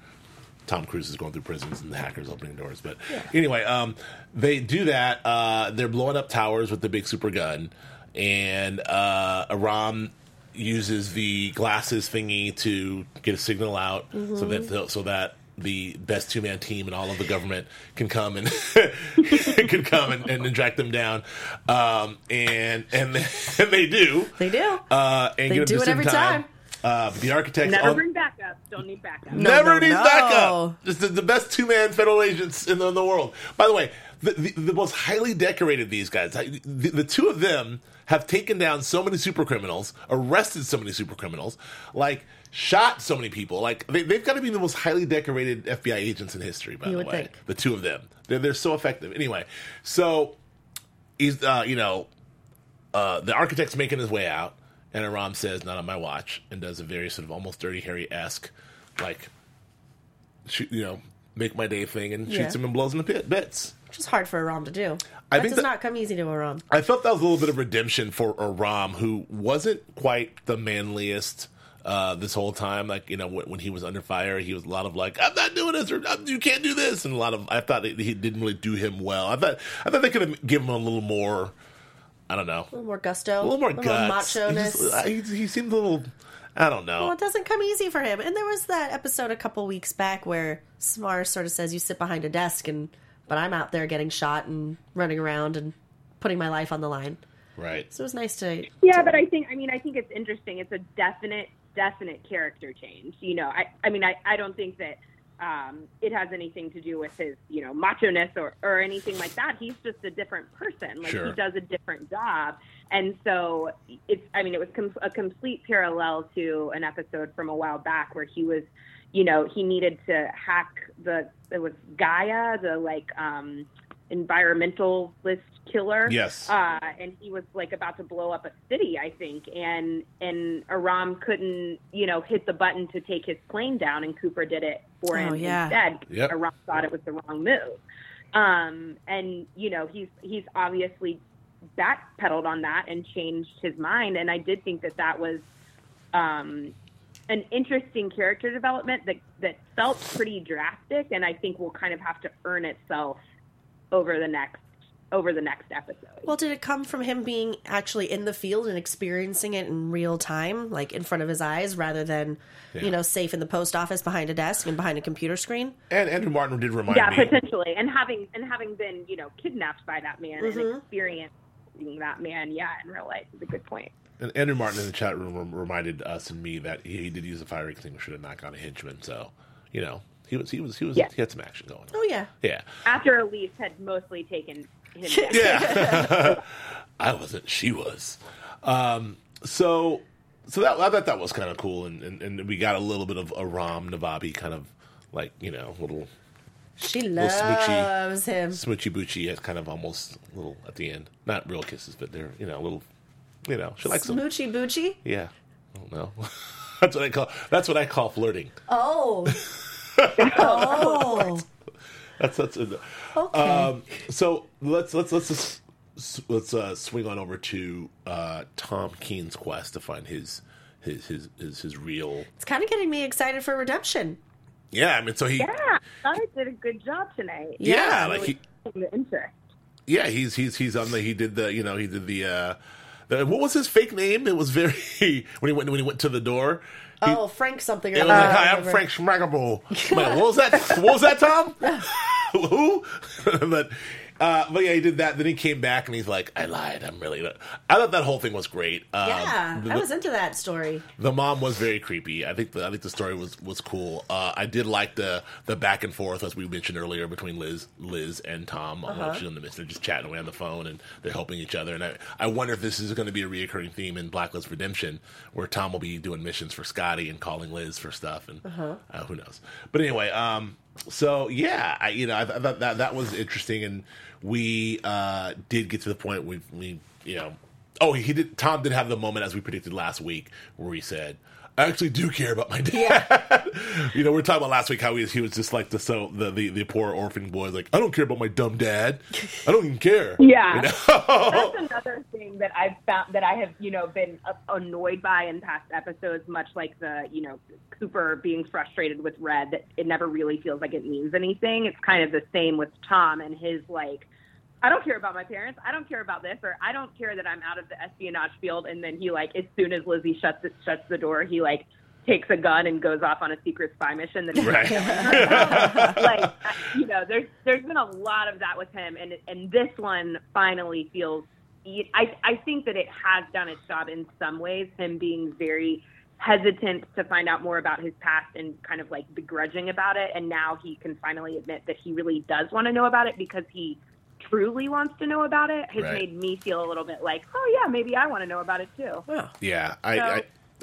Speaker 1: Tom Cruise is going through prisons and the hackers opening doors. But anyway, um, they do that. Uh, they're blowing up towers with the big super gun, and uh, Aram uses the glasses thingy to get a signal out so
Speaker 4: Mm-hmm.
Speaker 1: that so that the best two man team and all of the government can come and can come and, and track them down. Um, and and and they do.
Speaker 4: They do.
Speaker 1: Uh, and
Speaker 4: They
Speaker 1: get up
Speaker 4: do
Speaker 1: to
Speaker 4: it every
Speaker 1: some time.
Speaker 4: time.
Speaker 1: Uh, the architect
Speaker 5: Never bring backup. backup. Don't need backup.
Speaker 1: Never
Speaker 4: no,
Speaker 1: needs
Speaker 4: no.
Speaker 1: backup. Just the, the best two man federal agents in the, in the world. By the way, the, the, the most highly decorated these guys, I- the, the two of them have taken down so many super criminals, arrested so many super criminals, like shot so many people. Like they, they've got to be the most highly decorated FBI agents in history. By
Speaker 4: You
Speaker 1: the
Speaker 4: would
Speaker 1: way,
Speaker 4: think.
Speaker 1: the two of them, they're, they're so effective. Anyway, so he's uh, you know uh, the architect's making his way out, and Aram says, "Not on my watch," and does a very sort of almost Dirty Harry esque, like, shoot, you know, make my day thing, and shoots
Speaker 4: Yeah.
Speaker 1: him and blows him to pit- bits.
Speaker 4: Which is hard for Aram to do.
Speaker 1: I
Speaker 4: that
Speaker 1: think
Speaker 4: does
Speaker 1: that-
Speaker 4: not come easy to Aram.
Speaker 1: I felt that was a little bit of redemption for Aram, who wasn't quite the manliest uh, this whole time. Like you know, when, when he was under fire, he was a lot of like, "I'm not doing this," or "Um, "You can't do this," and a lot of. I thought it, he didn't really do him well. I thought I thought they could have given him a little more. I don't know.
Speaker 4: A little more gusto.
Speaker 1: a little more guts. He
Speaker 4: macho-ness.
Speaker 1: just- I- He, he seemed a little. I don't know.
Speaker 4: Well, it doesn't come easy for him. And there was that episode a couple weeks back where Smar sort of says, "You sit behind a desk, and but I'm out there getting shot and running around and putting my life on the line."
Speaker 1: right.
Speaker 4: So it was nice to.
Speaker 5: Yeah, but I think I mean I think it's interesting. It's a definite definite character change. You know, I I mean I I don't think that um, it has anything to do with his you know macho ness or or anything like that. He's just a different person. Like
Speaker 1: Sure.
Speaker 5: he does a different job, and so it's I mean it was com- a complete parallel to an episode from a while back where he was. You know, he needed to hack the it was Gaia, the like um environmentalist killer.
Speaker 1: Yes.
Speaker 5: Uh, and he was like about to blow up a city, I think, and and Aram couldn't, you know, hit the button to take his plane down, and Cooper did it for
Speaker 4: Oh,
Speaker 5: him
Speaker 4: yeah.
Speaker 5: instead.
Speaker 1: Yep.
Speaker 5: Aram thought it was the wrong move, um, and you know he's he's obviously backpedaled on that and changed his mind, and I did think that that was um, an interesting character development that that felt pretty drastic, and I think will kind of have to earn itself over the next over the next episode.
Speaker 4: Well, did it come from him being actually in the field and experiencing it in real time, like in front of his eyes, rather than you know safe in the post office behind a desk and behind a computer screen?
Speaker 1: And Andrew Martin did remind
Speaker 5: yeah,
Speaker 1: me.
Speaker 5: potentially, and having and having been you know kidnapped by that man and
Speaker 1: Mm-hmm.
Speaker 5: experiencing that man, yeah, in real life is a good point.
Speaker 1: and Andrew Martin in the chat room rem- reminded us and me that he, did use a fire extinguisher to knock out a henchman. So you know he was he was he was
Speaker 5: Yeah.
Speaker 1: he had some action going. on.
Speaker 4: Oh yeah,
Speaker 1: Yeah.
Speaker 5: After Elise had mostly taken him, down.
Speaker 1: Yeah. I wasn't. She was. Um, so, so that I thought that was kind of cool, and, and and we got a little bit of a Ram Navabi kind of like you know little
Speaker 4: she
Speaker 1: Little smoochy.
Speaker 4: loves him.
Speaker 1: smoochy boochy is kind of almost little at the end. Not real kisses, but they're you know little, you know she likes them.
Speaker 4: Smoochy boochy.
Speaker 1: Yeah, I don't know. that's what I call that's what I call flirting.
Speaker 4: Oh. oh.
Speaker 1: That's that's. Uh,
Speaker 4: Okay.
Speaker 1: um, so let's let's let's just, s- let's uh, swing on over to uh, Tom Keene's quest to find his his his his, his real.
Speaker 4: it's kind of getting me excited for redemption.
Speaker 1: Yeah, I mean, so he
Speaker 5: yeah, I thought I did a good job tonight.
Speaker 1: Yeah,
Speaker 5: I'm
Speaker 1: like
Speaker 5: really taking the interest.
Speaker 1: yeah he's he's he's on the he did the you know he did the. uh the, what was his fake name? It was very when he went when he went to the door. he-
Speaker 4: Oh, Frank something. Or
Speaker 1: It was
Speaker 4: other,
Speaker 1: like, hi, I'm
Speaker 4: whatever.
Speaker 1: Frank Schmackable. I'm like, what was that? What was that, Tom? Who? but, uh, but yeah, he did that. Then he came back and he's like, I lied. I'm really. Not. I thought that whole thing was great. Uh,
Speaker 4: Yeah,
Speaker 1: the,
Speaker 4: I was into that story.
Speaker 1: the mom was very creepy. I think the, I think the story was was cool. Uh, I did like the the back and forth as we mentioned earlier between Liz Liz and Tom. I don't know if she's on the midst. They're just chatting away on the phone and they're helping each other. And I, I wonder if this is going to be a reoccurring theme in Blacklist Redemption, where Tom will be doing missions for Scotty and calling Liz for stuff. And uh, who knows? But anyway, um, so yeah, I you know I, I thought that that was interesting, and we uh, did get to the point we we you know Oh, he did. Tom did have the moment as we predicted last week, where he said, "I actually do care about my dad." you know, we were talking about last week how he, was- he was just like the so the, the the poor orphan boy, like, "I don't care about my dumb dad. I don't even care."
Speaker 5: Yeah.
Speaker 1: You know?
Speaker 5: That's another thing that I've found that I have, you know, been uh, annoyed by in past episodes, much like the, you know, Cooper being frustrated with Red, that it never really feels like it means anything. It's kind of the same with Tom and his, like, I don't care about my parents. I don't care about this, or I don't care that I'm out of the espionage field. And then he, like, as soon as Lizzie shuts it, shuts the door, he, like, takes a gun and goes off on a secret spy mission that he
Speaker 1: right.
Speaker 5: like I- you know, there's there's been a lot of that with him, and and this one finally feels. I I think that it has done its job in some ways. Him being very hesitant to find out more about his past and kind of like begrudging about it. And now he can finally admit that he really does want to know about it because he truly wants to know about it has
Speaker 1: Right.
Speaker 5: made me feel a little bit like, oh yeah, maybe I want to know about it too. So,
Speaker 1: Yeah, I, I,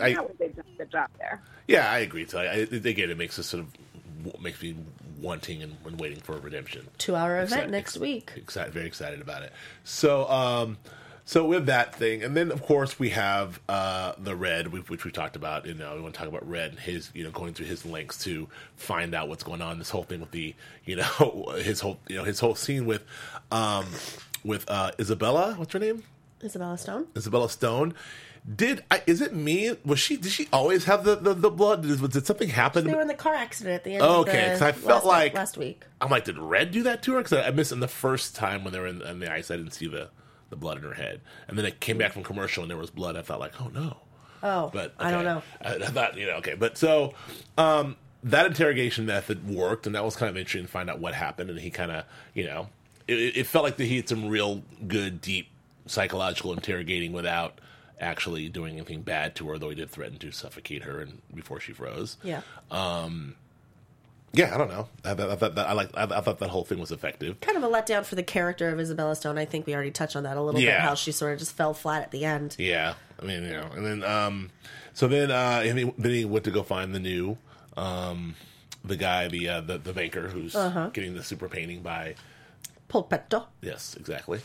Speaker 1: I,
Speaker 5: that was a good job there.
Speaker 1: yeah, I agree. So I, I, again, it makes us sort of makes me wanting and, and waiting for a redemption.
Speaker 4: Two hour event
Speaker 1: Excited-
Speaker 4: next
Speaker 1: ex-
Speaker 4: week.
Speaker 1: Excited, very excited about it. So, um, so with that thing, and then of course we have uh, the red, we- which we talked about. You know, we want to talk about red and his, you know, going through his lengths to find out what's going on. This whole thing with the, you know, his whole, you know, his whole scene with, um, with uh, Isabella. What's her name?
Speaker 4: Isabella Stone?
Speaker 1: Isabella Stone. Did I, is it me? Was she? Did she always have the the, the blood? Did, was- did something happen?
Speaker 4: They were in the car accident at the end of
Speaker 1: Okay,
Speaker 4: the
Speaker 1: 'cause I felt
Speaker 4: last,
Speaker 1: like-
Speaker 4: last week.
Speaker 1: I'm like, did Red do that to her? Because I, I missed in the first time when they were in, in the ice, I didn't see the, the blood in her head. And then it came back from commercial and there was blood. I felt like, oh no.
Speaker 4: Oh,
Speaker 1: But
Speaker 4: I don't
Speaker 1: okay.
Speaker 4: know.
Speaker 1: I, I thought, you know, okay. But so um, that interrogation method worked, and that was kind of interesting to find out what happened. And he kind of, you know, it- it, it felt like that he had some real good, deep psychological interrogating without actually doing anything bad to her, though he did threaten to suffocate her and before she froze.
Speaker 4: Yeah.
Speaker 1: Yeah, I don't know. I, I, I, thought that- I, like, I, I thought that whole thing was effective.
Speaker 4: kind of a letdown for the character of Isabella Stone. I think we already touched on that a little
Speaker 1: Yeah.
Speaker 4: bit, how she sort of just fell flat at the end.
Speaker 1: Yeah, I mean, you know, and then um, so then uh, and he- then he went to go find the new um, the guy, the uh, the, the banker who's
Speaker 4: Uh-huh.
Speaker 1: getting the super painting by.
Speaker 4: Polpetto.
Speaker 1: Yes, exactly.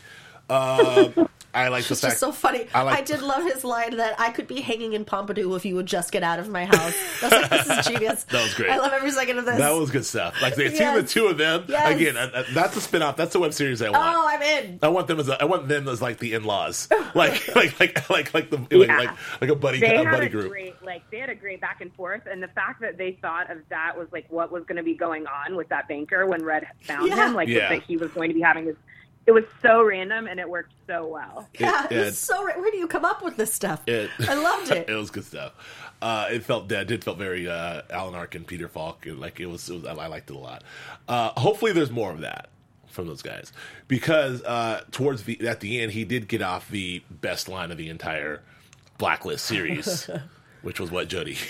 Speaker 1: Um I like the
Speaker 4: It's
Speaker 1: fact.
Speaker 4: just so funny.
Speaker 1: I
Speaker 4: I,
Speaker 1: like-
Speaker 4: did love his line that I could be hanging in Pompidou if you would just get out of my house. I was like, this is genius.
Speaker 1: That was great.
Speaker 4: I love every second of this.
Speaker 1: that was good stuff. Like they see the
Speaker 4: Yes.
Speaker 1: two of them
Speaker 4: Yes.
Speaker 1: again. I, I, that's a spin off. That's the web series I want.
Speaker 4: oh, I'm in.
Speaker 1: I want them as a, I want them as like the in laws, like like like like like the like,
Speaker 5: Yeah.
Speaker 1: like like a buddy
Speaker 5: they
Speaker 1: a
Speaker 5: had
Speaker 1: buddy
Speaker 5: a
Speaker 1: group.
Speaker 5: great like they had a great back and forth and the fact that they thought of that was like what was going to be going on with that banker when red found
Speaker 4: Yeah.
Speaker 5: him like was
Speaker 1: Yeah.
Speaker 5: that he was going to be having this it was so random and it worked so well
Speaker 4: Yeah,
Speaker 1: It- it-
Speaker 4: it's so. ra- Where do you come up with this stuff?
Speaker 1: It-
Speaker 4: I loved it.
Speaker 1: it was good stuff. Uh, it felt that did felt very uh, Alan Arkin, Peter Falk. and, Like it was, it was I, I liked it a lot. Uh, hopefully, there's more of that from those guys because uh, towards the at the end, he did get off the best line of the entire Blacklist series, which was what Jody.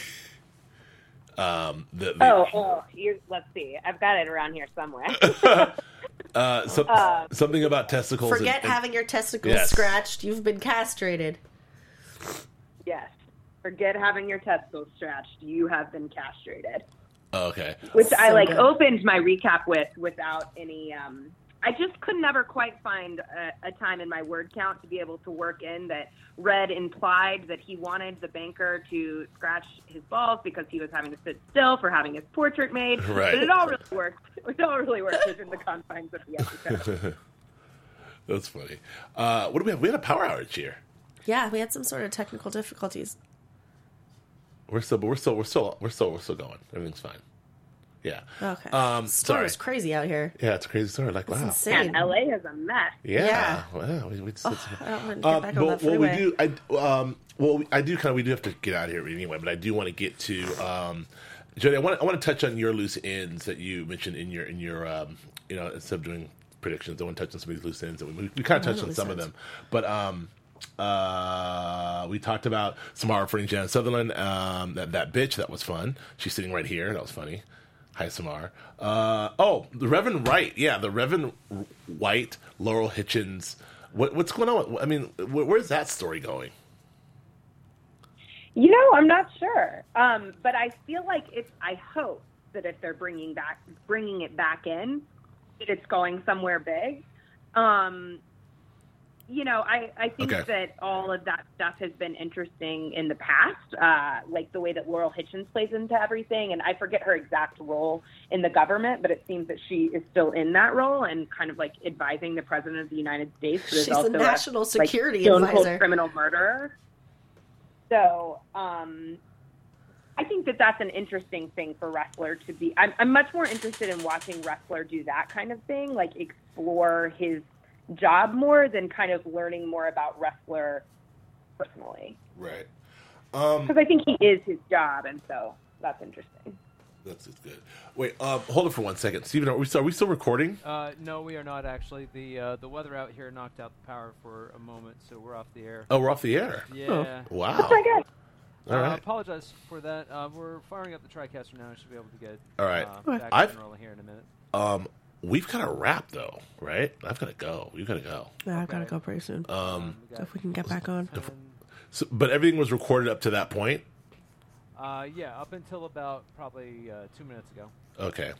Speaker 1: um, the, the-
Speaker 5: oh oh you let's see i've got it around here somewhere
Speaker 1: uh, so- something about testicles. and-
Speaker 4: Forget
Speaker 1: and-
Speaker 4: having your testicles
Speaker 1: Yes.
Speaker 4: scratched. You've been castrated.
Speaker 5: yes forget having your testicles stretched you have been castrated
Speaker 1: oh, okay.
Speaker 5: which I
Speaker 4: So
Speaker 5: like
Speaker 4: good.
Speaker 5: opened my recap with without any. Um, I just could never quite find a, a time in my word count to be able to work in that Red implied that he wanted the banker to scratch his balls because he was having to sit still for having his portrait made.
Speaker 1: Right.
Speaker 5: But it all really worked. It all really worked within the confines of the episode.
Speaker 1: That's funny. Uh, what do we have? We had a power outage here.
Speaker 4: Yeah, we had some sort of technical difficulties.
Speaker 1: We're still, but we're still, we're still, we're still, we're still going. Everything's fine. Yeah.
Speaker 4: Okay.
Speaker 1: Um,
Speaker 4: Storm
Speaker 1: sorry.
Speaker 4: is crazy out here.
Speaker 1: Yeah, it's a crazy story. Like, wow.
Speaker 4: It's
Speaker 5: And
Speaker 4: insane.
Speaker 5: LA is a mess.
Speaker 1: Yeah.
Speaker 4: Yeah.
Speaker 1: Wow. We, we just,
Speaker 4: I don't want to get
Speaker 1: um,
Speaker 4: back
Speaker 1: but
Speaker 4: on
Speaker 1: what
Speaker 4: that
Speaker 1: we
Speaker 4: freeway.
Speaker 1: do, I um, well, we- I do kind of we do have to get out of here anyway. But I do want to get to um, Jody. I want I want to touch on your loose ends that you mentioned in your in your um, you know instead of doing predictions, I want to touch on some of these loose ends that we we kind of touched on
Speaker 4: loose
Speaker 1: some of
Speaker 4: ends.
Speaker 1: them, but um. Uh, we talked about Samara for Jan Sutherland. Um, that that bitch that was fun. She's sitting right here. That was funny. Hi, Samar. Uh, oh, the Reverend Wright. Yeah, the Reverend R- White, Laurel Hitchens. What, what's going on? I mean, wh- where's that story going?
Speaker 5: You know, I'm not sure, um, but I feel like it's. I hope that if they're bringing back, bringing it back in, that it's going somewhere big. Um, you know, I I think
Speaker 1: Okay.
Speaker 5: that all of that stuff has been interesting in the past, uh, like the way that Laurel Hitchens plays into everything, and I forget her exact role in the government, but it seems that she is still in that role and kind of like advising the president of the United States. But is
Speaker 4: She's the
Speaker 5: also
Speaker 4: national security
Speaker 5: stone cold
Speaker 4: advisor.
Speaker 5: criminal murderer. So, um, I think that that's an interesting thing for wrestler to be. I'm, I'm much more interested in watching wrestler do that kind of thing, like explore his job more than kind of learning more about wrestler personally,
Speaker 1: Right. Um,
Speaker 5: because I think he is his job, and so that's interesting.
Speaker 1: That's just good. Wait, um, hold on for one second. Steven, are we still, are we still recording?
Speaker 6: Uh, no, we are not actually. The uh, the weather out here knocked out the power for a moment, so we're off the air.
Speaker 1: Oh, we're off the air.
Speaker 6: Yeah.
Speaker 1: Wow.
Speaker 5: Oh my god!
Speaker 1: All
Speaker 6: Uh,
Speaker 1: right.
Speaker 6: apologize for that. Uh, we're firing up the TriCaster now. I should be able to get
Speaker 1: All right.
Speaker 6: uh,
Speaker 4: Okay.
Speaker 6: back
Speaker 1: I've-
Speaker 6: on roll here in a minute.
Speaker 1: Um, we've got to wrap though, right? I've got to go. You've got to go.
Speaker 4: Yeah, I've got to go pretty soon.
Speaker 1: Um,
Speaker 6: We
Speaker 4: so
Speaker 6: got
Speaker 4: if we can get back on.
Speaker 6: 10,
Speaker 1: so, but everything was recorded up to that point.
Speaker 6: uh, yeah, up until about probably uh, two minutes ago.
Speaker 1: Okay.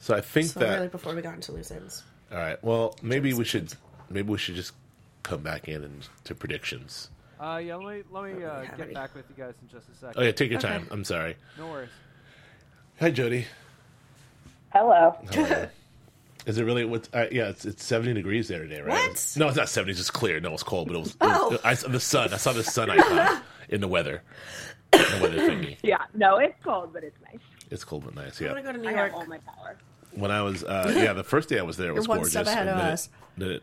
Speaker 1: So I think
Speaker 4: So
Speaker 1: that.
Speaker 4: really before we got into loose ends.
Speaker 1: All right. Well, maybe we should. Maybe we should just come back in and to predictions.
Speaker 6: Uh, yeah, let me, let me
Speaker 4: we
Speaker 6: uh,
Speaker 4: have
Speaker 6: get
Speaker 4: any.
Speaker 6: back with you guys in just a second.
Speaker 1: Oh yeah, take your time. I'm sorry.
Speaker 6: No worries.
Speaker 1: Hi, Jody.
Speaker 5: Hello.
Speaker 1: Is it really what? Uh, yeah, it's, it's 70 degrees there today, right?
Speaker 4: What?
Speaker 1: No, it's not 70. It's just clear. No, it's cold, but it was.
Speaker 4: Oh.
Speaker 1: I saw the sun. I saw the sun icon in the weather. In the weather thingy.
Speaker 5: Yeah, no, it's cold, but it's nice.
Speaker 1: It's cold but nice.
Speaker 4: I'm
Speaker 1: Yeah.
Speaker 4: going to go to
Speaker 5: I
Speaker 4: New
Speaker 5: have all
Speaker 4: York.
Speaker 5: my power.
Speaker 1: when I was uh, yeah, the first day I was there it was
Speaker 4: one
Speaker 1: gorgeous.
Speaker 4: step ahead
Speaker 1: and
Speaker 4: of
Speaker 1: then
Speaker 4: us.
Speaker 1: It, then it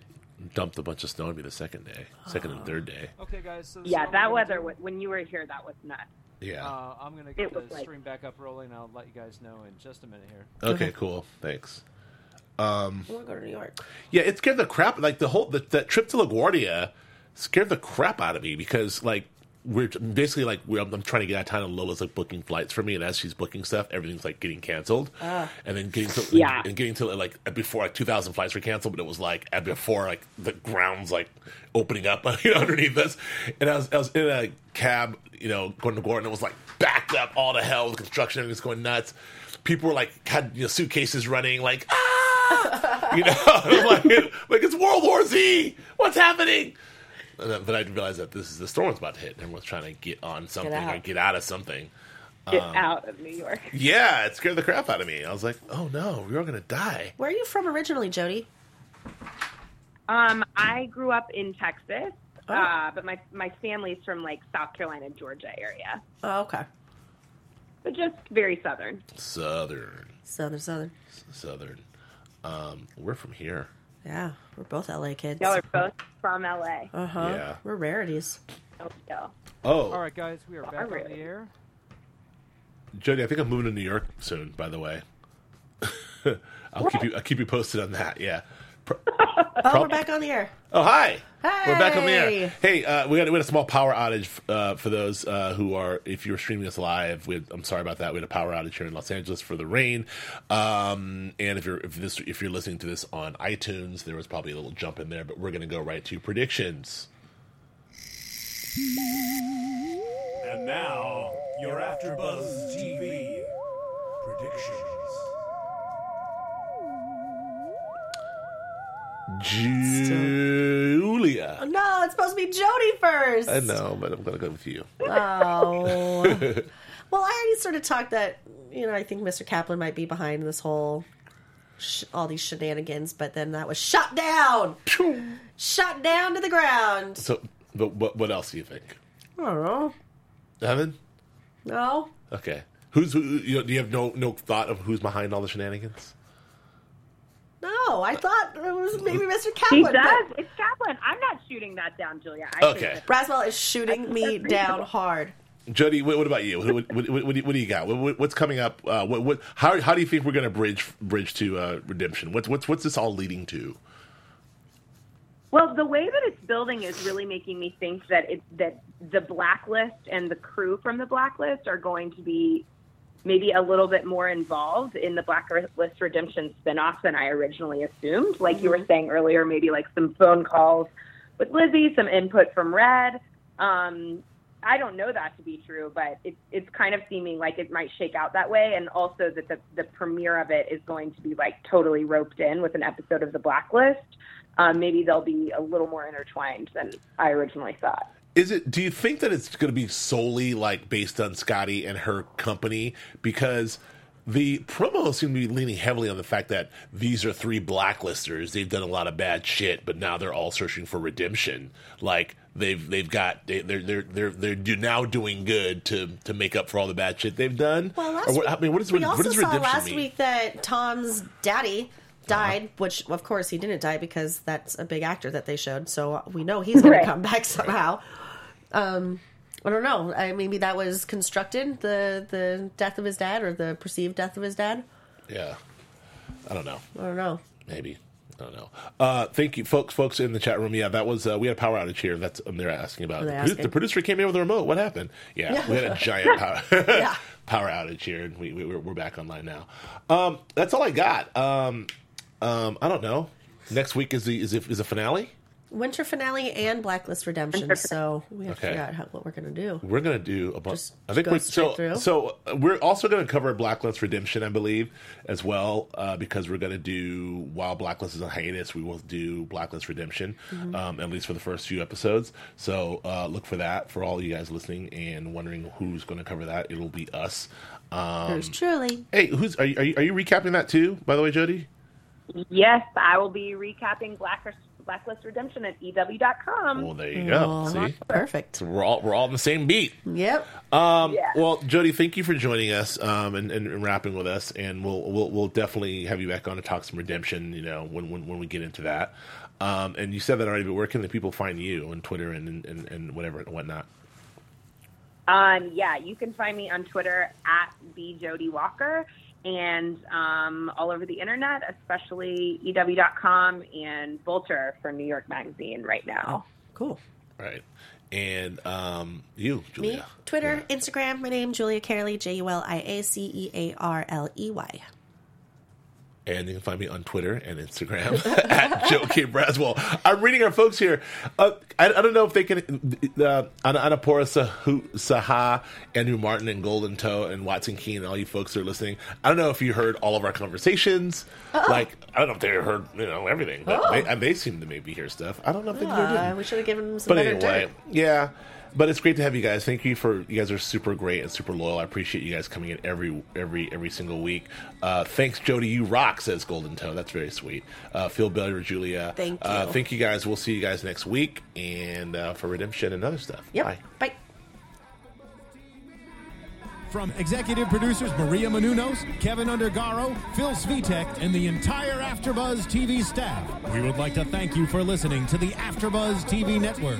Speaker 1: dumped a bunch of snow on me the second day, second and third day.
Speaker 6: Okay, guys. So this is
Speaker 5: Yeah, that
Speaker 6: what we're gonna
Speaker 5: weather
Speaker 6: do.
Speaker 5: wa- when you were here, that was nuts.
Speaker 1: Yeah.
Speaker 6: Uh, I'm gonna get
Speaker 5: It was
Speaker 6: the
Speaker 5: like-
Speaker 6: stream back up rolling. I'll let you guys know in just a minute here.
Speaker 1: okay, Cool. Thanks.
Speaker 4: I'm going to go to New York.
Speaker 1: Yeah, it scared the crap. Like the whole the, that trip to LaGuardia scared the crap out of me because like we're basically like we're, I'm, trying to get out of town and Lola's like booking flights for me, and as she's booking stuff, everything's like getting canceled, and then getting to
Speaker 5: Yeah.
Speaker 1: and getting to like uh, before like 2,000 flights were canceled, but it was like at before like the grounds like opening up you know, underneath us, and I was I was in a cab you know going to Gordon, it was like backed up all to hell with construction, everything's going nuts. People were like had you know, suitcases running like ah you know like, like it's World War Z what's happening. And then, then I realized that this is the storm's about to hit, and everyone's trying to get on something or
Speaker 4: out.
Speaker 1: get out of something.
Speaker 5: Get out of New York.
Speaker 1: Yeah, it scared the crap out of me. I was like, "Oh no, we are gonna die."
Speaker 4: Where are you from originally, Jody?
Speaker 5: Um, I grew up in Texas,
Speaker 4: Oh.
Speaker 5: uh, but my my family's from like South Carolina, Georgia area,
Speaker 4: Oh, okay.
Speaker 5: but just very southern.
Speaker 1: Southern,
Speaker 4: Southern, Southern.
Speaker 1: southern. Um, we're from here.
Speaker 4: Yeah, we're both LA kids.
Speaker 5: Y'all are both from LA.
Speaker 4: Uh huh.
Speaker 1: Yeah.
Speaker 4: We're rarities.
Speaker 5: No deal.
Speaker 1: Oh,
Speaker 6: All right, guys, we are back on the
Speaker 5: Alright.
Speaker 6: air.
Speaker 1: Jody, I think I'm moving to New York soon. By the way, I'll keep you. I'll keep you posted on that. Yeah. Pro-
Speaker 4: Oh,
Speaker 1: Prob-
Speaker 4: we're back on the air.
Speaker 1: Oh, hi.
Speaker 4: Hey.
Speaker 1: We're back on the air. Hey, uh, we, had, we had a small power outage uh, for those uh, who are, if you were streaming us live, we had, I'm sorry about that. We had a power outage here in Los Angeles for the rain. Um, and if you're if this if you're listening to this on iTunes, there was probably a little jump in there, but we're going to go right to predictions.
Speaker 7: And now, your AfterBuzz TV predictions.
Speaker 1: Julia.
Speaker 4: No, it's supposed to be Jody first.
Speaker 1: I know, but I'm going to go with you.
Speaker 4: Oh. well, I already sort of talked that, you know, I think Mr. Kaplan might be behind this whole, sh- all these shenanigans, but then that was shut down. shut down to the ground.
Speaker 1: So, but what, what else do you think?
Speaker 4: I don't know.
Speaker 1: Evan?
Speaker 4: No?
Speaker 1: Okay. Who's who, you know, do you have no no thought of who's behind all the shenanigans?
Speaker 4: No, I thought it was maybe Mr.
Speaker 5: He
Speaker 4: Kaplan.
Speaker 5: does.
Speaker 4: but
Speaker 5: It's Kaplan. I'm not shooting that down, Julia. I think
Speaker 1: Okay.
Speaker 5: that-
Speaker 4: Braswell is shooting me down hard.
Speaker 1: Jody, what, what about you? What, what, what, what, do you- what do you got? What- What, what's coming up? Uh, what, what, how, how do you think we're going to bridge bridge to uh, redemption? What's what's what's this all leading to?
Speaker 5: Well, the way that it's building is really making me think that it that the blacklist and the crew from the blacklist are going to be maybe a little bit more involved in the blacklist redemption spinoff than I originally assumed. Like you were saying earlier, maybe like some phone calls with Lizzie, some input from Red. Um, I don't know that to be true, but it, it's kind of seeming like it might shake out that way, and also that the, the premiere of it is going to be like totally roped in with an episode of The Blacklist. Um, maybe they'll be a little more intertwined than I originally thought.
Speaker 1: Is it? Do you think that it's going to be solely like based on Scotty and her company? Because the promos seem to be leaning heavily on the fact that these are three blacklisters. They've done a lot of bad shit, but now they're all searching for redemption. Like they've they've got they, they're they're they're they're do now doing good to to make up for all the bad shit they've done.
Speaker 4: Well, last
Speaker 1: Or what,
Speaker 4: week,
Speaker 1: I mean, what, is,
Speaker 4: we
Speaker 1: what
Speaker 4: also
Speaker 1: does
Speaker 4: saw
Speaker 1: redemption
Speaker 4: last
Speaker 1: mean? Uh-huh.
Speaker 4: week that Tom's daddy died, which of course he didn't die because that's a big actor that they showed, so we know he's going
Speaker 5: Right.
Speaker 4: to come back somehow. Um, I don't know. I, maybe that was constructed the the death of his dad or the perceived death of his dad.
Speaker 1: Yeah. I don't know.
Speaker 4: I don't know.
Speaker 1: Maybe. I don't know. Uh, thank you, folks. Folks in the chat room. Yeah, that was uh, we had a power outage here. That's um, they're asking about.
Speaker 4: They're
Speaker 1: The, produ-
Speaker 4: asking.
Speaker 1: the producer came in with a remote. What happened? Yeah, we had a giant power power outage here, and we, we we're, we're back online now. Um, that's all I got. Um, um, I don't know. Next week is the is the, is the finale.
Speaker 4: Winter finale and Blacklist Redemption. So we have
Speaker 1: Okay.
Speaker 4: to figure out how, what we're gonna do.
Speaker 1: We're gonna do a bunch.
Speaker 4: Just
Speaker 1: I think
Speaker 4: go
Speaker 1: we're
Speaker 4: straight
Speaker 1: so
Speaker 4: through?
Speaker 1: so. uh, We're also gonna cover Blacklist Redemption, I believe, as well, uh, because we're gonna do while Blacklist is on hiatus, we will do Blacklist Redemption,
Speaker 4: Mm-hmm.
Speaker 1: um, at least for the first few episodes. So uh, look for that for all you guys listening and wondering who's gonna cover that. It'll be us. Um,
Speaker 4: Yours truly.
Speaker 1: hey, who's are you, are you are you recapping that too? By the way, Jody.
Speaker 5: Yes, I will be recapping Blacklist, Blacklist Redemption at E EW.com.
Speaker 1: Well, there you go.
Speaker 4: Aw,
Speaker 1: See,
Speaker 4: Perfect.
Speaker 1: we're all we're all on the same beat.
Speaker 4: Yep.
Speaker 1: Um,
Speaker 5: Yeah.
Speaker 1: Well, Jody, thank you for joining us um, and, and, and rapping with us, and we'll, we'll we'll definitely have you back on to talk some redemption. You know, when when, when we get into that. Um, and you said that already, but where can the people find you on Twitter and and, and whatever and whatnot?
Speaker 5: Um, yeah, you can find me on Twitter at the Jody Walker and um, all over the internet, especially E EW.com and Vulture for New York Magazine right now.
Speaker 4: Cool.
Speaker 1: Right. And um, you,
Speaker 4: Me,
Speaker 1: Julia.
Speaker 4: Twitter, Instagram. My name Julia Carley. J U L I A C E A R L E Y.
Speaker 1: And you can find me on Twitter and Instagram at Joe K. Braswell. I'm reading our folks here. Uh, I, I don't know if they can. Uh, Ana- Anapora Sahu, Saha, Andrew Martin, and Golden Toe, and Watson Key, and all you folks who are listening. I don't know if you heard all of our conversations. Like, I don't know if they heard, you know, everything, but they, and they seem to maybe hear stuff. I don't know if they did. or
Speaker 4: Uh,
Speaker 1: didn't
Speaker 4: we should have given him some
Speaker 1: but
Speaker 4: better
Speaker 1: anyway,
Speaker 4: dirt.
Speaker 1: yeah. But it's great to have you guys. Thank you for you guys are super great and super loyal. I appreciate you guys coming in every every every single week. Uh, thanks, Jody. You rock, says Golden Toe. That's very sweet. Uh, feel better, Julia.
Speaker 4: Thank
Speaker 1: Uh,
Speaker 4: you.
Speaker 1: thank you guys. We'll see you guys next week and uh, for redemption and other stuff.
Speaker 4: Yep.
Speaker 1: Bye.
Speaker 4: Bye.
Speaker 2: From executive producers Maria Manunos, Kevin Undergaro, Phil Svitek, and the entire AfterBuzz TV staff, we would like to thank you for listening to the AfterBuzz TV network.